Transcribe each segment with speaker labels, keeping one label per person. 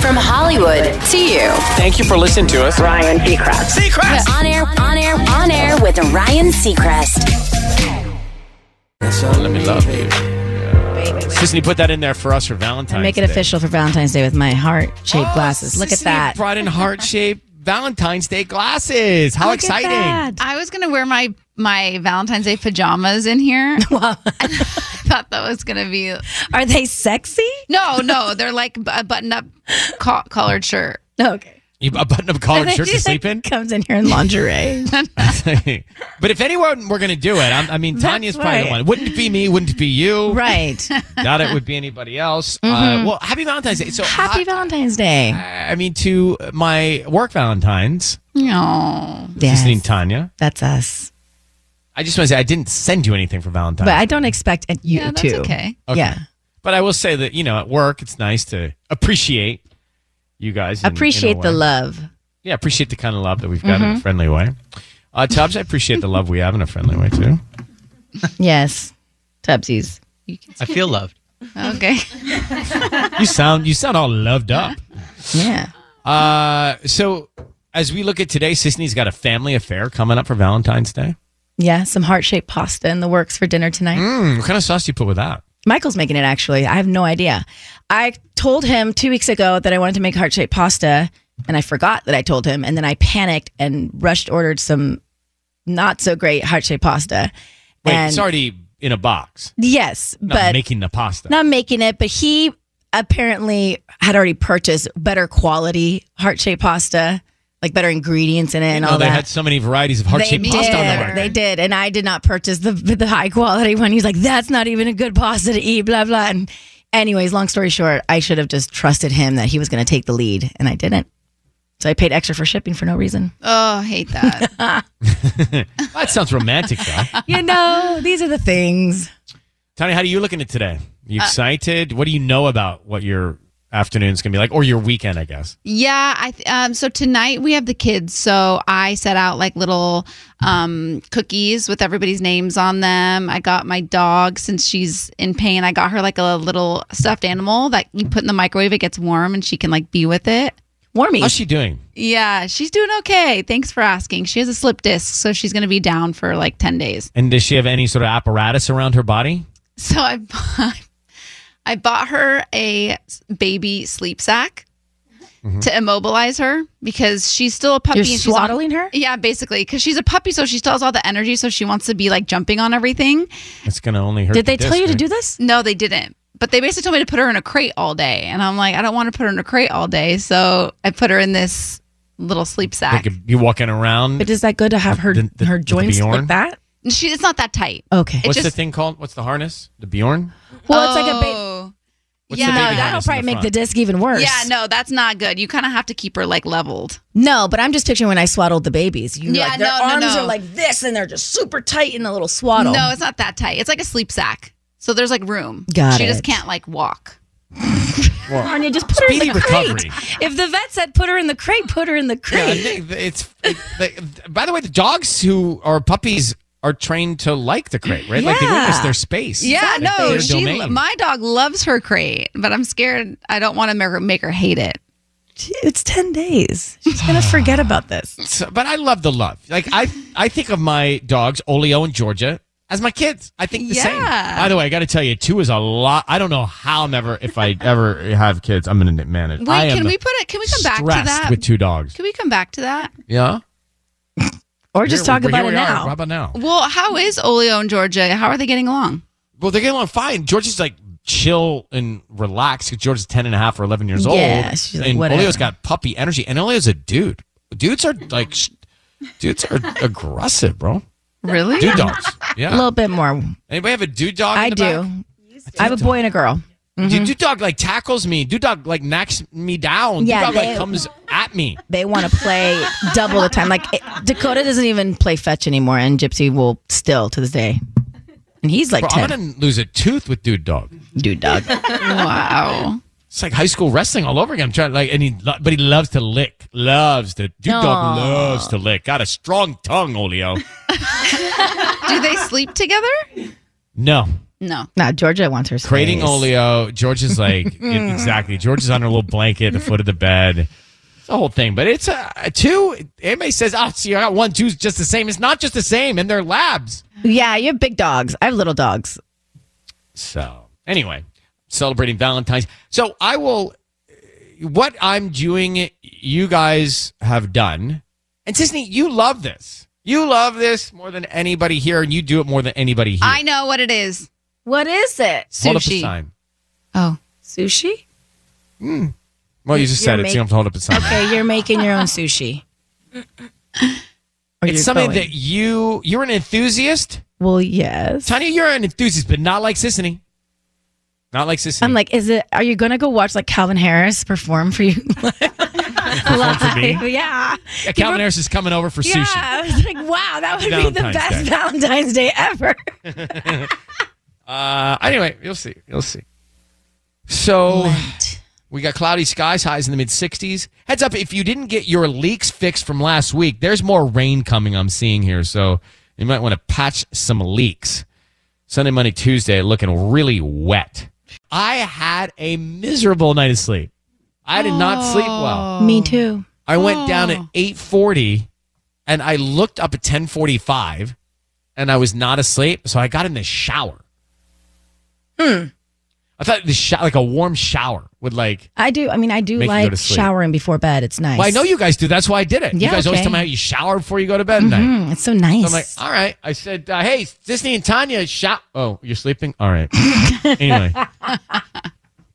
Speaker 1: From Hollywood to you.
Speaker 2: Thank you for listening to us.
Speaker 3: Ryan Seacrest.
Speaker 1: We're on air, on air, on air with Ryan Seacrest.
Speaker 2: Let me love you. Sisney put that in there for us for Valentine's
Speaker 4: Make it
Speaker 2: Day.
Speaker 4: official for Valentine's Day with my heart shaped
Speaker 2: Oh,
Speaker 4: glasses. Look at
Speaker 2: Sisney
Speaker 4: that.
Speaker 2: Brought in heart shaped Valentine's Day glasses. How
Speaker 4: Look at
Speaker 2: exciting.
Speaker 4: that.
Speaker 5: I was gonna wear my my Valentine's Day pajamas in here.
Speaker 4: Wow.
Speaker 5: I thought that was gonna be
Speaker 4: Are they sexy?
Speaker 5: no, no. They're like a button up co- collared shirt.
Speaker 4: Okay.
Speaker 2: You a button up collared shirt to
Speaker 4: She, like,
Speaker 2: sleep in?
Speaker 4: Comes in here in lingerie.
Speaker 2: but if anyone were going to do it, I'm, I mean, Tanya's probably the
Speaker 4: right.
Speaker 2: one. Wouldn't it be me? Wouldn't it be you?
Speaker 4: right. Mm-hmm.
Speaker 2: Doubt it would be anybody else. Uh, well, happy Valentine's Day. So,
Speaker 4: Happy Valentine's Day.
Speaker 2: I, I mean, to my work Valentine's,
Speaker 5: No.
Speaker 4: Yes.
Speaker 2: listening Tanya,
Speaker 4: That's us.
Speaker 2: I just want to say I didn't send you anything for Valentine's.
Speaker 4: But I don't expect it- you
Speaker 5: Yeah, that's
Speaker 4: to.
Speaker 5: okay.
Speaker 2: Okay.
Speaker 4: Yeah.
Speaker 2: But I will say that you know, at work, it's nice to appreciate you guys. in- in a
Speaker 4: Appreciate the
Speaker 2: way.
Speaker 4: love.
Speaker 2: Yeah, appreciate the kind of love that we've got in a friendly way. Uh, Tubbs, I appreciate the love we have in a friendly way too.
Speaker 4: Yes. Tubsies.
Speaker 6: I feel loved.
Speaker 5: Okay.
Speaker 2: You sound you sound all loved up.
Speaker 4: Yeah.
Speaker 2: Uh, so as we look at today, Sisney's got a family affair coming up for Valentine's Day.
Speaker 4: Yeah. Some heart shaped pasta in the works for dinner tonight.
Speaker 2: Mm, what kind of sauce do you put with that?
Speaker 4: Michael's making it actually. I have no idea. I told him two weeks ago that I wanted to make heart shaped pasta and I forgot that I told him. And then I panicked and rushed ordered some not so great heart shaped pasta.
Speaker 2: Wait,
Speaker 4: and
Speaker 2: it's already in a box.
Speaker 4: Yes,
Speaker 2: Not
Speaker 4: but
Speaker 2: making the pasta.
Speaker 4: not making it, but he apparently had already purchased better quality heart shaped pasta, like better ingredients in it and
Speaker 2: no,
Speaker 4: all
Speaker 2: they
Speaker 4: that.
Speaker 2: had so many varieties of heart shaped
Speaker 4: They
Speaker 2: pasta on the
Speaker 4: did.
Speaker 2: market.
Speaker 4: They did, and I did not purchase the the high quality one. He's like, "That's not even a good pasta to eat." Blah blah. And anyways, long story short, I should have just trusted him that he was going to take the lead, and I didn't. So I paid extra for shipping for no reason.
Speaker 5: Oh, I hate that.
Speaker 2: That sounds romantic though.
Speaker 4: You know, these are the things.
Speaker 2: Tony, how do you looking at today?
Speaker 4: Uh,
Speaker 2: You excited? what do you know about what your afternoon's gonna be like, or your weekend? I guess.
Speaker 5: Yeah, I th- um so tonight we have the kids. So I set out like little um cookies with everybody's names on them. I got my dog since she's in pain. I got her like a little stuffed animal that you put in the microwave it gets warm and she can like be with it.
Speaker 4: Warmies.
Speaker 2: How's Oh, she doing?
Speaker 5: Yeah, she's doing okay. Thanks for asking. She has a slip disc, so she's going to be down for like 10 days.
Speaker 2: And does she have any sort of apparatus around her body?
Speaker 5: So I bought, I bought her a baby sleep sack to immobilize her because she's still a puppy.
Speaker 4: You're
Speaker 5: and she's on-
Speaker 4: swaddling her.
Speaker 5: yeah, basically, because she's a puppy, so she still has all the energy, so she wants to be like jumping on everything.
Speaker 2: It's gonna only hurt.
Speaker 4: Did
Speaker 2: the
Speaker 4: they tell you
Speaker 2: disc,
Speaker 4: to
Speaker 2: right?
Speaker 4: do this?
Speaker 5: No, they didn't. but they basically told me to put her in a crate all day, and I'm like, I don't want to put her in a crate all day, so I put her in this little sleep sack.
Speaker 2: Like if you're walking around.
Speaker 4: But is that good to have her
Speaker 2: The- the-
Speaker 4: her
Speaker 2: the
Speaker 4: joints
Speaker 2: Bjorn?
Speaker 4: like that?
Speaker 5: And she, it's not that tight.
Speaker 4: Okay.
Speaker 5: It
Speaker 2: What's the
Speaker 5: just-
Speaker 2: thing called? What's the harness? The Bjorn?
Speaker 4: Well, it's like a baby.
Speaker 5: Oh.
Speaker 2: What's
Speaker 5: Yeah,
Speaker 2: the
Speaker 4: No,
Speaker 2: baby
Speaker 5: that'll
Speaker 4: that'll
Speaker 2: harness in
Speaker 4: probably make the
Speaker 2: front?
Speaker 4: disc even worse.
Speaker 5: Yeah, no, that's not good. You kind of have to keep her like leveled.
Speaker 4: No, but I'm just picturing when I swaddled the babies. You
Speaker 5: Yeah,
Speaker 4: like their
Speaker 5: no, no,
Speaker 4: arms
Speaker 5: no.
Speaker 4: are like this and they're just super tight in a little swaddle.
Speaker 5: No, it's not that tight. It's like a sleep sack. So there's like room.
Speaker 4: Got
Speaker 5: she just
Speaker 4: it.
Speaker 5: can't like walk.
Speaker 4: Anya, just put her
Speaker 2: Speedy
Speaker 4: in the crate.
Speaker 2: recovery.
Speaker 4: If the vet said put her in the crate, put her in the
Speaker 2: Yeah, I
Speaker 4: crate.
Speaker 2: think it's. it- the- by the way, the dogs who are puppies are trained to like the crate, right? Like they
Speaker 4: Yeah.
Speaker 2: witness their space.
Speaker 5: Yeah,
Speaker 2: Like,
Speaker 5: no,
Speaker 2: their
Speaker 5: she
Speaker 2: domain.
Speaker 5: my dog loves her crate, but I'm scared. I don't want to make her, make her hate it.
Speaker 4: It's 10 days. She's going to forget about this.
Speaker 2: So- but I love the love. Like I, I think of my dogs Olio and Georgia as my kids. I think the same.
Speaker 5: Yeah.
Speaker 2: By the way, I got to tell you, two is a lot. I don't know how I'm ever if I ever have kids, I'm gonna manage.
Speaker 5: Wait,
Speaker 2: I am
Speaker 5: can we put it? Can we come back to
Speaker 2: stressed
Speaker 5: that?
Speaker 2: with two dogs.
Speaker 5: Can we come back to that?
Speaker 2: Yeah.
Speaker 4: Or just
Speaker 2: Here-
Speaker 4: talk
Speaker 2: well,
Speaker 4: about
Speaker 2: here
Speaker 4: it
Speaker 2: we are.
Speaker 4: now.
Speaker 2: How about now?
Speaker 5: Well, how is Olio and Georgia? How are they getting along?
Speaker 2: Well, they're getting along fine. Georgia's like chill and relaxed. 'cause Georgia's 10 and a half or 11 years old.
Speaker 4: Yeah, she's like,
Speaker 2: and
Speaker 4: whatever.
Speaker 2: Olio's got puppy energy. And Olio's a dude. Dudes are like, sh- dudes are aggressive, bro.
Speaker 5: Really?
Speaker 2: Dude dogs.
Speaker 4: A
Speaker 2: Yeah.
Speaker 4: little bit more.
Speaker 2: Anybody have a dude dog? in
Speaker 4: I
Speaker 2: the
Speaker 4: do. Mm-hmm.
Speaker 2: back?
Speaker 4: I have a boy and a girl.
Speaker 2: Dude, dude dog like tackles me. Dude dog like knocks me down.
Speaker 4: Yeah,
Speaker 2: dude dog like
Speaker 4: they-
Speaker 2: comes at me.
Speaker 4: They want to play double the time. Like it, Dakota doesn't even play fetch anymore, and Gypsy will still to this day. And he's like
Speaker 2: Bro,
Speaker 4: 10.
Speaker 2: I'm gonna lose a tooth with dude dog.
Speaker 4: Dude, dog.
Speaker 5: Wow.
Speaker 2: It's like high school wrestling all over again. I'm trying like, and he, lo- but he loves to lick. Loves to dude dog
Speaker 4: Aw.
Speaker 2: loves to lick. Got a strong tongue, Olio.
Speaker 5: Do they sleep together?
Speaker 2: No,
Speaker 5: No.
Speaker 4: nah, Georgia wants her space.
Speaker 2: Crating Olio. George is like it- exactly. George is on her little blanket at the foot of the bed. It's a whole thing, but it's a, a two. Anybody says, "Oh, see, I got one, two's just the same." It's not just the same, and they're labs.
Speaker 4: Yeah, you have big dogs. I have little dogs.
Speaker 2: So anyway, celebrating Valentine's. So I will. What I'm doing, you guys have done, and Disney, you love this. You love this more than anybody here, and you do it more than anybody here.
Speaker 5: I know what it is.
Speaker 4: What is it?
Speaker 2: Hold up a
Speaker 5: sushi.
Speaker 2: sign.
Speaker 5: Oh.
Speaker 4: Sushi?
Speaker 2: Well, you just
Speaker 4: You're
Speaker 2: said it, so you don't have to hold up a sign.
Speaker 4: Okay, you're making your own sushi. Or
Speaker 2: It's
Speaker 4: Oh, you're
Speaker 2: something
Speaker 4: going.
Speaker 2: that you you're an enthusiast.
Speaker 4: Well, yes.
Speaker 2: Tanya, you're an enthusiast, but not like Sissany. Not like Sissany.
Speaker 4: I'm like, is it? Are you gonna go watch like Calvin Harris perform for you? perform
Speaker 2: for me?
Speaker 4: Yeah.
Speaker 2: Yeah, Calvin Harris is coming over for sushi.
Speaker 4: Yeah. I was like, wow, that would be the
Speaker 2: Valentine's
Speaker 4: best
Speaker 2: Day.
Speaker 4: Valentine's Day ever.
Speaker 2: Uh, anyway, you'll see. You'll see. So
Speaker 4: Lent.
Speaker 2: we got cloudy skies, highs in the mid 60s. Heads up, if you didn't get your leaks fixed from last week, there's more rain coming. I'm seeing here, so you might want to patch some leaks. Sunday, Monday, Tuesday, looking really wet. I had a miserable night of sleep. I did not sleep well.
Speaker 4: Me too.
Speaker 2: I went down at 8:40 and I looked up at 10:45 and I was not asleep, so I got in the shower. Hmm.
Speaker 4: Hmm.
Speaker 2: I thought the sho- like a warm shower would like
Speaker 4: I do. I mean, I do
Speaker 2: Make you go
Speaker 4: like
Speaker 2: to sleep.
Speaker 4: showering before bed. It's nice.
Speaker 2: Well, I know you guys do. That's why I did it. you
Speaker 4: Yeah,
Speaker 2: guys always
Speaker 4: okay.
Speaker 2: tell me how you shower before you go to bed at night.
Speaker 4: Mm, it's so nice.
Speaker 2: So I'm like, all right. I said, uh, hey, Disney and Tanya, shower. Oh, you're sleeping? All right. anyway.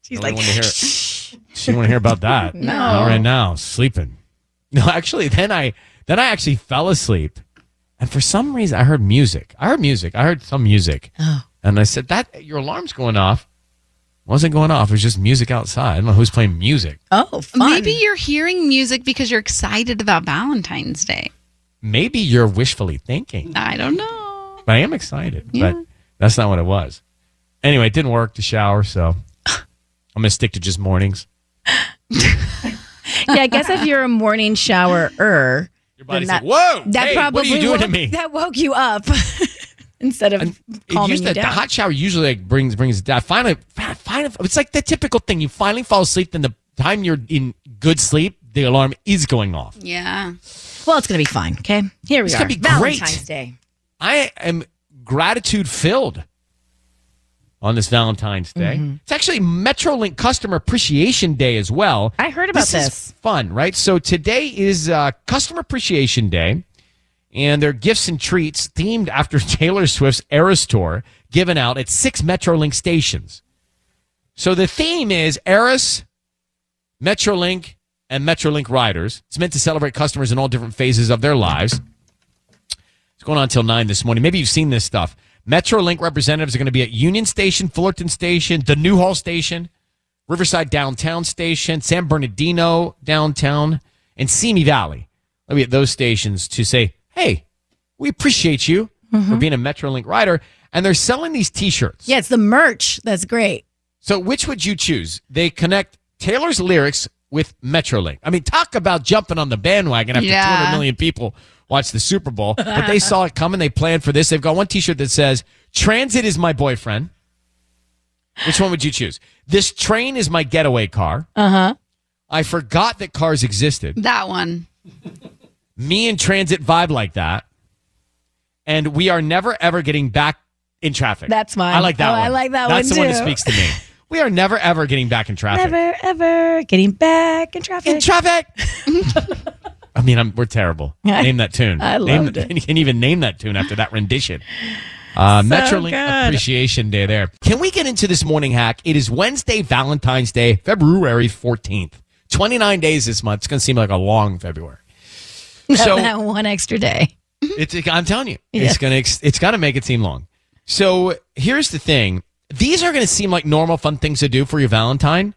Speaker 2: She's like, want to hear it. She didn't want to hear about that. no. Not right now. Sleeping. No, actually, then I then I actually fell asleep, and for some reason I heard music. I heard music. I heard some music, and I said that your alarm's going off. It wasn't going off. It was just music outside. I don't know who's playing music.
Speaker 4: oh, fun.
Speaker 5: Maybe you're hearing music because you're excited about Valentine's Day.
Speaker 2: Maybe you're wishfully thinking.
Speaker 5: I don't know.
Speaker 2: But I am excited. But that's not what it was. Anyway, it didn't work to shower, so I'm gonna stick to just mornings.
Speaker 4: yeah, I guess if you're a morning showerer,
Speaker 2: Your body's
Speaker 4: that-
Speaker 2: like, whoa,
Speaker 4: that
Speaker 2: hey,
Speaker 4: probably
Speaker 2: what are you doing
Speaker 4: woke,
Speaker 2: to me?
Speaker 4: That woke you up instead of
Speaker 2: It
Speaker 4: calming
Speaker 2: usually,
Speaker 4: you
Speaker 2: the
Speaker 4: down.
Speaker 2: hot shower usually like brings brings it down. Finally, fi- finally, it's like the typical thing. You finally fall asleep, then the time you're in good sleep, the alarm is going off.
Speaker 5: Yeah.
Speaker 4: well, it's gonna be fine. Okay, here we
Speaker 2: It's
Speaker 4: are.
Speaker 2: gonna be great.
Speaker 4: Valentine's Day.
Speaker 2: I am gratitude filled on this Valentine's Day.
Speaker 4: Mm-hmm.
Speaker 2: It's actually MetroLink Customer Appreciation Day as well.
Speaker 4: I heard about
Speaker 2: is
Speaker 4: this.
Speaker 2: fun, right? So today is uh, Customer Appreciation Day, and their gifts and treats themed after Taylor Swift's Eras Tour given out at six MetroLink stations. So the theme is Eris, Metrolink, and Metrolink riders. It's meant to celebrate customers in all different phases of their lives. It's going on till nine this morning. Maybe you've seen this stuff. Metrolink representatives are going to be at Union Station, Fullerton Station, the Newhall Station, Riverside Downtown Station, San Bernardino Downtown, and Simi Valley. I'll be at those stations to say, hey, we appreciate you for being a Metrolink rider. And they're selling these t shirts.
Speaker 1: Yeah, it's the merch. That's great.
Speaker 2: So, which would you choose? They connect Taylor's lyrics with Metrolink. I mean, talk about jumping on the bandwagon after
Speaker 5: Yeah.
Speaker 2: 200 million people watch the Super Bowl. But they saw it coming. They planned for this. They've got one T-shirt that says "Transit is my boyfriend." Which one would you choose? This train is my getaway car. Uh huh. I forgot that cars existed.
Speaker 5: That one.
Speaker 2: Me and transit vibe like that, and we are never ever getting back in traffic.
Speaker 1: That's mine.
Speaker 2: I like that
Speaker 1: Oh,
Speaker 2: one.
Speaker 1: I like that
Speaker 2: That's
Speaker 1: one
Speaker 2: the one that
Speaker 1: too.
Speaker 2: speaks to me. We are never ever getting back in traffic.
Speaker 1: Never, ever getting back in traffic.
Speaker 2: in traffic. I mean, I'm, we're terrible. Name that tune.
Speaker 1: I
Speaker 2: name,
Speaker 1: loved it.
Speaker 2: You can't even name that tune after that rendition. Uh, Metrolink
Speaker 1: good.
Speaker 2: Appreciation Day there. Can we get into this morning hack? It is Wednesday, Valentine's Day, February 14th. 29 days this month. It's going to seem like a long February. So
Speaker 1: that one extra day.
Speaker 2: it's, I'm telling you, it's going to it's going to make it seem long. So here's the thing. These are going to seem like normal fun things to do for your Valentine,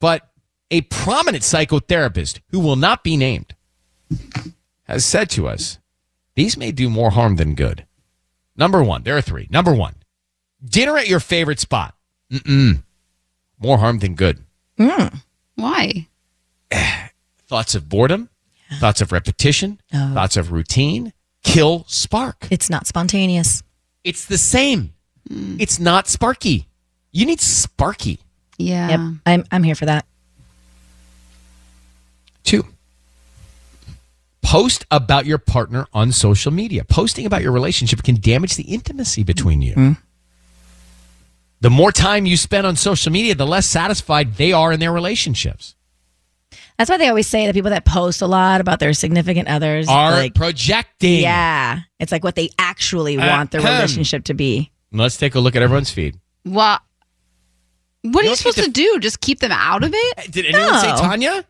Speaker 2: but a prominent psychotherapist who will not be named has said to us, these may do more harm than good. Number one, there are three. Number one, dinner at your favorite spot. Mm-mm. More harm than good.
Speaker 5: Why?
Speaker 2: Thoughts of boredom, thoughts of repetition, thoughts of routine kill spark.
Speaker 1: It's not spontaneous.
Speaker 2: It's the same.
Speaker 1: Hmm.
Speaker 2: It's not sparky. You need sparky.
Speaker 5: Yeah.
Speaker 1: Yep. I'm, I'm here for that.
Speaker 2: Two. Post about your partner on social media. Posting about your relationship can damage the intimacy between you.
Speaker 1: Hmm.
Speaker 2: The more time you spend on social media, the less satisfied they are in their relationships.
Speaker 1: That's why they always say that people that post a lot about their significant others
Speaker 2: Are
Speaker 1: like,
Speaker 2: projecting.
Speaker 1: yeah, it's like what they actually want their
Speaker 2: Ahem.
Speaker 1: relationship to be.
Speaker 2: Let's take a look at everyone's feed.
Speaker 5: Well, what are
Speaker 2: don't
Speaker 5: you supposed
Speaker 2: get
Speaker 5: to do? Just keep them out of it?
Speaker 2: Did anyone say
Speaker 1: Uh, No.
Speaker 2: Tanya?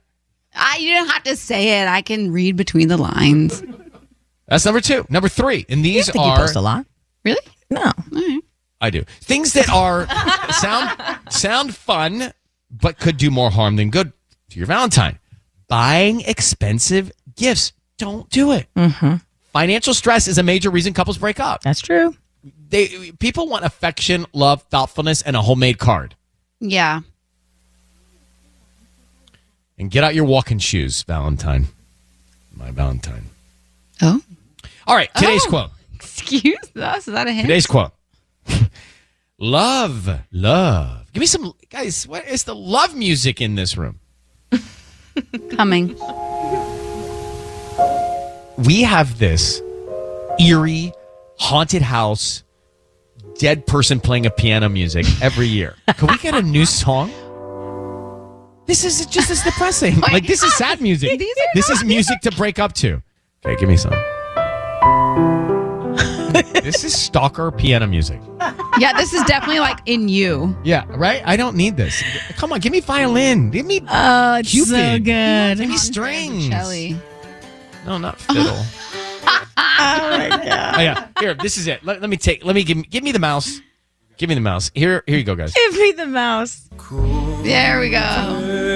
Speaker 5: I you don't have to say it. I can read between the lines.
Speaker 2: That's number two. Number three. And
Speaker 1: You
Speaker 2: these
Speaker 1: think you
Speaker 2: are
Speaker 1: post a lot?
Speaker 5: Really?
Speaker 1: No,
Speaker 2: I do. Things that are sound sound fun, but could do more harm than good to your Valentine. Buying expensive gifts. Don't do it. Financial stress is a major reason couples break up.
Speaker 1: that's true.
Speaker 2: They people want affection, love, thoughtfulness, and a homemade card.
Speaker 5: Yeah.
Speaker 2: And get out your walking shoes, Valentine. My Valentine.
Speaker 5: Oh.
Speaker 2: All right, today's
Speaker 5: Oh.
Speaker 2: quote.
Speaker 5: Excuse us. Is that a hint?
Speaker 2: Today's quote. love, love. Give me some guys, what is the love music in this room?
Speaker 5: Coming.
Speaker 2: we have this eerie haunted house dead person playing a piano music every year can we get a new song this is just as depressing like this is sad music
Speaker 5: These are
Speaker 2: this is music to break up to okay give me some this is stalker piano music
Speaker 5: Yeah, this is definitely like in you.
Speaker 2: yeah right i don't need this come on give me violin give me
Speaker 1: Oh, it's so
Speaker 2: Cupid.
Speaker 1: good.
Speaker 2: give me strings No, not fiddle. oh my god! yeah, here. This is it. Let, let me take. Let me give. me- Give me the mouse. Give me the mouse. Here, here you go, guys.
Speaker 1: Give me the mouse.
Speaker 5: There we go.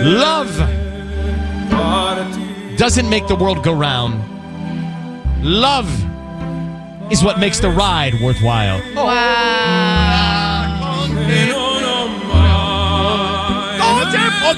Speaker 2: Love doesn't make the world go round. Love is what makes the ride worthwhile.
Speaker 5: Wow.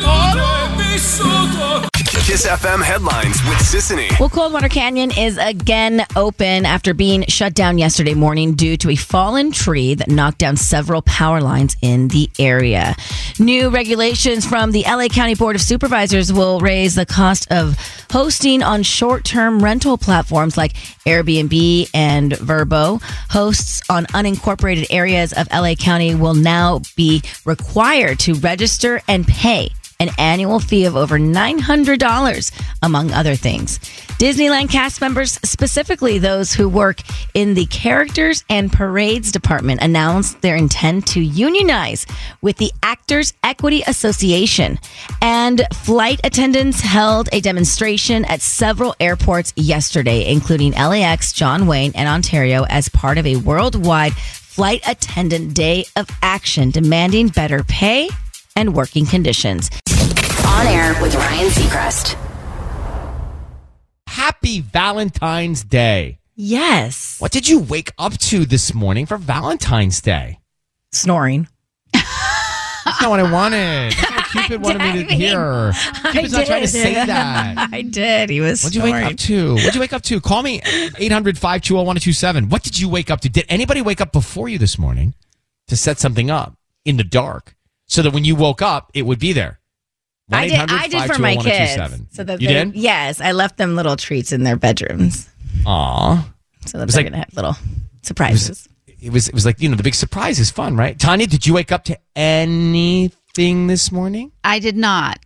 Speaker 2: Oh.
Speaker 7: Kiss FM headlines with Sissany.
Speaker 1: Well, Coldwater Canyon is again open after being shut down yesterday morning due to a fallen tree that knocked down several power lines in the area. New regulations from the LA County Board of Supervisors will raise the cost of hosting on short term rental platforms like Airbnb and Verbo. Hosts on unincorporated areas of LA County will now be required to register and pay an annual fee of over $900, among other things. Disneyland cast members, specifically those who work in the characters and parades department, announced their intent to unionize with the Actors Equity Association. And flight attendants held a demonstration at several airports yesterday, including LAX, John Wayne, and Ontario, as part of a worldwide flight attendant day of action demanding better pay and working conditions.
Speaker 8: On air with Ryan Seacrest.
Speaker 2: Happy Valentine's Day.
Speaker 1: Yes.
Speaker 2: What did you wake up to this morning for Valentine's Day?
Speaker 1: Snoring.
Speaker 2: That's not what I wanted. That's what Cupid wanted me to hear. Cupid's not trying to say that.
Speaker 1: I did. He was
Speaker 2: What'd you wake up to? What'd you wake up to? Call me 800 520 1027. What did you wake up to? Did anybody wake up before you this morning to set something up in the dark so that when you woke up, it would be there?
Speaker 1: I did. I did for my kids.
Speaker 2: 1-800-520-1027.
Speaker 1: So that
Speaker 2: you
Speaker 1: they,
Speaker 2: did?
Speaker 1: Yes, I left them little treats in their bedrooms,
Speaker 2: Aw.
Speaker 1: so that
Speaker 2: was
Speaker 1: they're
Speaker 2: like-
Speaker 1: gonna have little surprises.
Speaker 2: It was, it was like, you know, the big surprise is fun, right? Tanya, did you wake up to anything this morning?
Speaker 5: I did not.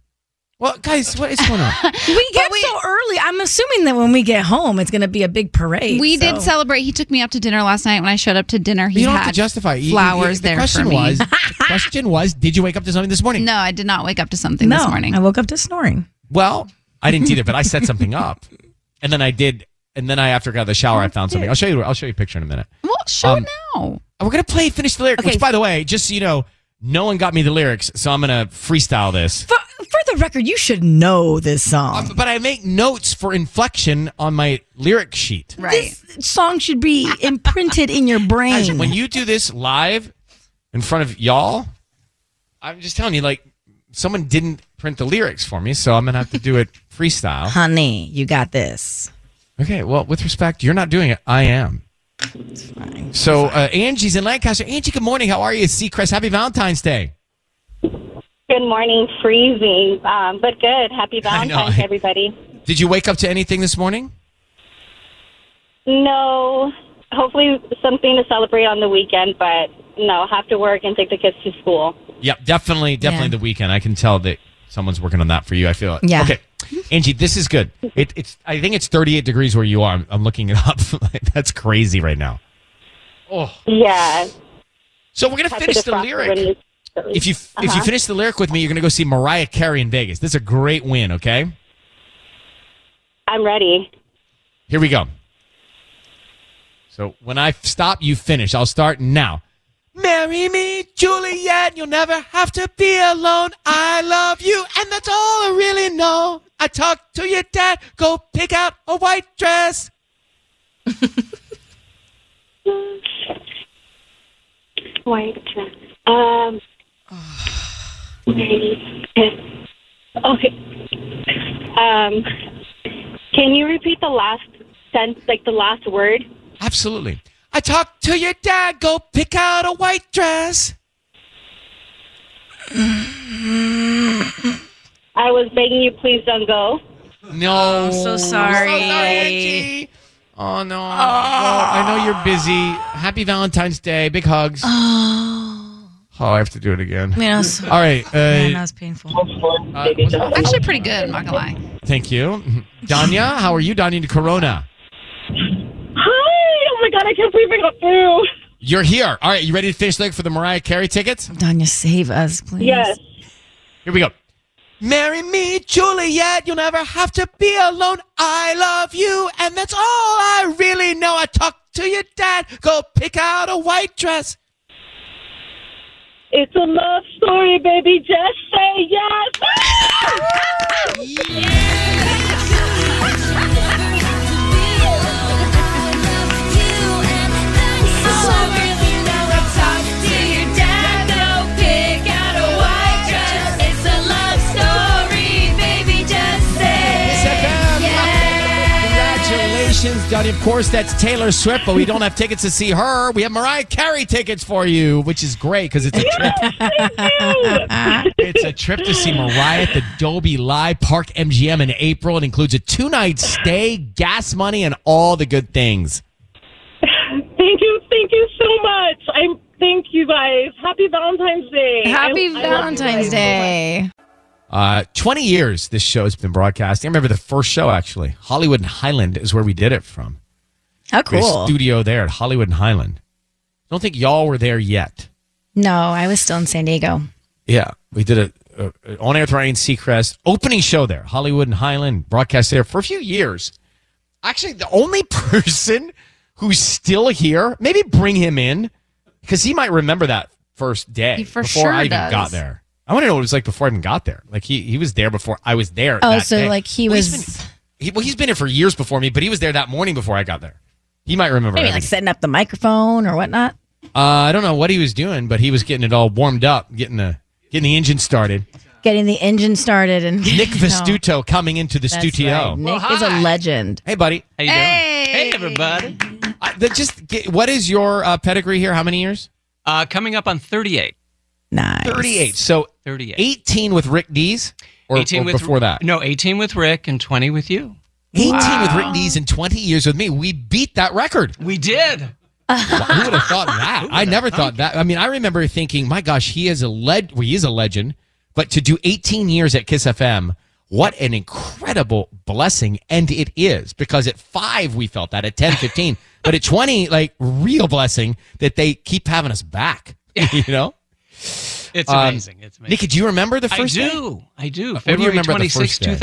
Speaker 2: Well, guys, what is going on?
Speaker 1: we get so early. I'm assuming that when we get home, it's gonna be a big parade.
Speaker 5: We
Speaker 1: so-
Speaker 5: did celebrate. He took me out to dinner last night. When I showed up to dinner, he
Speaker 2: you don't
Speaker 5: had
Speaker 2: have to justify. You- you-
Speaker 5: flowers
Speaker 2: the
Speaker 5: there
Speaker 2: question
Speaker 5: for me.
Speaker 2: was, the question was, did you wake up to something this morning?
Speaker 5: No, I did not wake up to something
Speaker 1: No,
Speaker 5: this morning.
Speaker 1: I woke up to snoring.
Speaker 2: Well, I didn't either, but I set something up, and then I did, and then I after I got out of the
Speaker 5: Oh,
Speaker 2: shower, I found something. I'll show you. I'll show you a picture in a minute.
Speaker 5: well, show
Speaker 2: Um,
Speaker 5: it now.
Speaker 2: And We're gonna play finish the lyric,
Speaker 1: Okay.
Speaker 2: which, by the way, just so you know, no one got me the lyrics, so I'm gonna freestyle this. Uh,
Speaker 1: For, for the record, you should know this song.
Speaker 2: But I make notes for inflection on my lyric sheet.
Speaker 5: Right.
Speaker 1: this song should be imprinted in your
Speaker 2: Guys,
Speaker 1: brain.
Speaker 2: when you do this live in front of y'all, I'm just telling you, like, someone didn't print the lyrics for me, so I'm gonna have to do it freestyle.
Speaker 1: Honey, you got this.
Speaker 2: Okay, well, with respect, you're not doing it. I am. So uh, Angie's in Lancaster. Angie, good morning. How are you? It's Seacrest. Happy Valentine's Day.
Speaker 9: Good morning, freezing, um, but good. Happy
Speaker 2: I know.
Speaker 9: Valentine's, everybody.
Speaker 2: Did you wake up to anything this morning?
Speaker 9: No, hopefully something to celebrate on the weekend, but no, have to work and take the kids to school.
Speaker 2: Yep, definitely, definitely
Speaker 1: Yeah.
Speaker 2: the weekend. I can tell that someone's working on that for you. I feel it.
Speaker 1: Yeah.
Speaker 2: Okay, Angie, this is good. It, it's. I think it's 38 degrees where you are. I'm, I'm looking it up. That's crazy right now.
Speaker 9: Yeah.
Speaker 2: So we're gonna
Speaker 9: happy
Speaker 2: finish
Speaker 9: to
Speaker 2: the
Speaker 9: talk
Speaker 2: lyric.
Speaker 9: to you. Uh-huh.
Speaker 2: If you if you finish the lyric with me, you're gonna go see Mariah Carey in Vegas. This is a great win. Okay,
Speaker 9: I'm ready.
Speaker 2: Here we go. So when I f- stop, you finish. I'll start now. Marry me, Juliet. You'll never have to be alone. I love you, and that's all I really know. I talked to your dad. Go pick out a white dress.
Speaker 9: White dress. Um. ready. okay. Um. Can you repeat the last sense, like the last word?
Speaker 2: Absolutely. I talked to your dad. Go pick out a white dress.
Speaker 9: I was begging you, please don't go.
Speaker 2: No.
Speaker 1: so sorry.
Speaker 2: Oh, Angie. Oh, no. Well, I know you're busy. Happy Valentine's Day. Big hugs. Oh, I have to do it again.
Speaker 1: Man, that was,
Speaker 2: All right.
Speaker 1: man,
Speaker 2: Uh,
Speaker 1: that was painful.
Speaker 2: uh, what's-
Speaker 5: Actually, pretty good. I'm not gonna lie.
Speaker 2: thank you. Danya, how are you? Danya to Corona.
Speaker 9: Hi! Oh my god, I can't believe I got through.
Speaker 2: You're here. All right. You ready to finish like for the Mariah Carey tickets?
Speaker 1: Danya, save us, please.
Speaker 9: Yes.
Speaker 2: Here we go. Marry me, Juliet. You'll never have to be alone. I love you, and that's all I really know. I talked to your dad. Go pick out a white dress.
Speaker 9: It's a love story, baby. Just say yes. Ah,
Speaker 2: Congratulations, Dottie. Of course, that's Taylor Swift, but we don't have tickets to see her. We have Mariah Carey tickets for you, which is great because it's a trip. it's a trip to see Mariah at the Dolby Live Park MGM in April. It includes a two night stay, gas money, and all the good things.
Speaker 9: Thank you, thank you so much. I thank you guys. Happy Valentine's Day.
Speaker 4: Happy
Speaker 9: I- I love you guys.
Speaker 4: Valentine's Day.
Speaker 2: Uh, 20 years this show has been broadcast. I remember the first show, actually. Hollywood and Highland is where we did it from.
Speaker 1: How
Speaker 2: We had a
Speaker 1: cool.
Speaker 2: studio there at Hollywood and Highland. I don't think y'all were there yet.
Speaker 1: No, I was still in San Diego.
Speaker 2: Yeah, we did a, a on air with Ryan Seacrest opening show there, Hollywood and Highland, broadcast there for a few years. Actually, the only person who's still here, maybe bring him in because he might remember that first day
Speaker 5: He for
Speaker 2: before
Speaker 5: sure
Speaker 2: I even
Speaker 5: does.
Speaker 2: got there. I want to know what it was like before I even got there. Like he he was there before I was there.
Speaker 1: Oh,
Speaker 2: that
Speaker 1: so
Speaker 2: day.
Speaker 1: like he
Speaker 2: Well, he's
Speaker 1: was
Speaker 2: been- he, well, he's been here for years before me, but he was there that morning before I got there. He might remember.
Speaker 1: maybe
Speaker 2: everything.
Speaker 1: like setting up the microphone or whatnot.
Speaker 2: Uh, I don't know what he was doing, but he was getting it all warmed up, getting the getting the engine started.
Speaker 1: Getting the engine started and
Speaker 2: Nick
Speaker 1: No,
Speaker 2: Vestuto coming into the
Speaker 1: that's
Speaker 2: studio.
Speaker 10: Oh,
Speaker 1: right. Nick is a legend.
Speaker 2: Hey, buddy.
Speaker 10: How you doing? Hey, everybody.
Speaker 2: I, that just get, what is your uh, pedigree here? How many years?
Speaker 10: Uh, coming up on 38.
Speaker 1: Nice.
Speaker 2: Thirty-eight. So
Speaker 10: 38.
Speaker 2: eighteen with Rick Dees, or, or before that.
Speaker 10: No, 18 with Rick and 20 with you.
Speaker 2: Eighteen with Rick Dees and twenty years with me. We beat that record.
Speaker 10: We did.
Speaker 2: Wow, Who would have thought that? I never thought that. I mean, I remember thinking, my gosh, he is a led. Well, he is a legend. But to do 18 years at Kiss FM, what an incredible blessing, and it is because at five we felt that at 10, 15, but at 20, like real blessing that they keep having us back. you know,
Speaker 10: It's
Speaker 2: Um,
Speaker 10: amazing. it's amazing.
Speaker 2: Nikki, do you remember the
Speaker 10: I
Speaker 2: first? day?
Speaker 10: do. I do.
Speaker 2: do you
Speaker 10: February
Speaker 2: remember the
Speaker 10: 26,
Speaker 2: first day?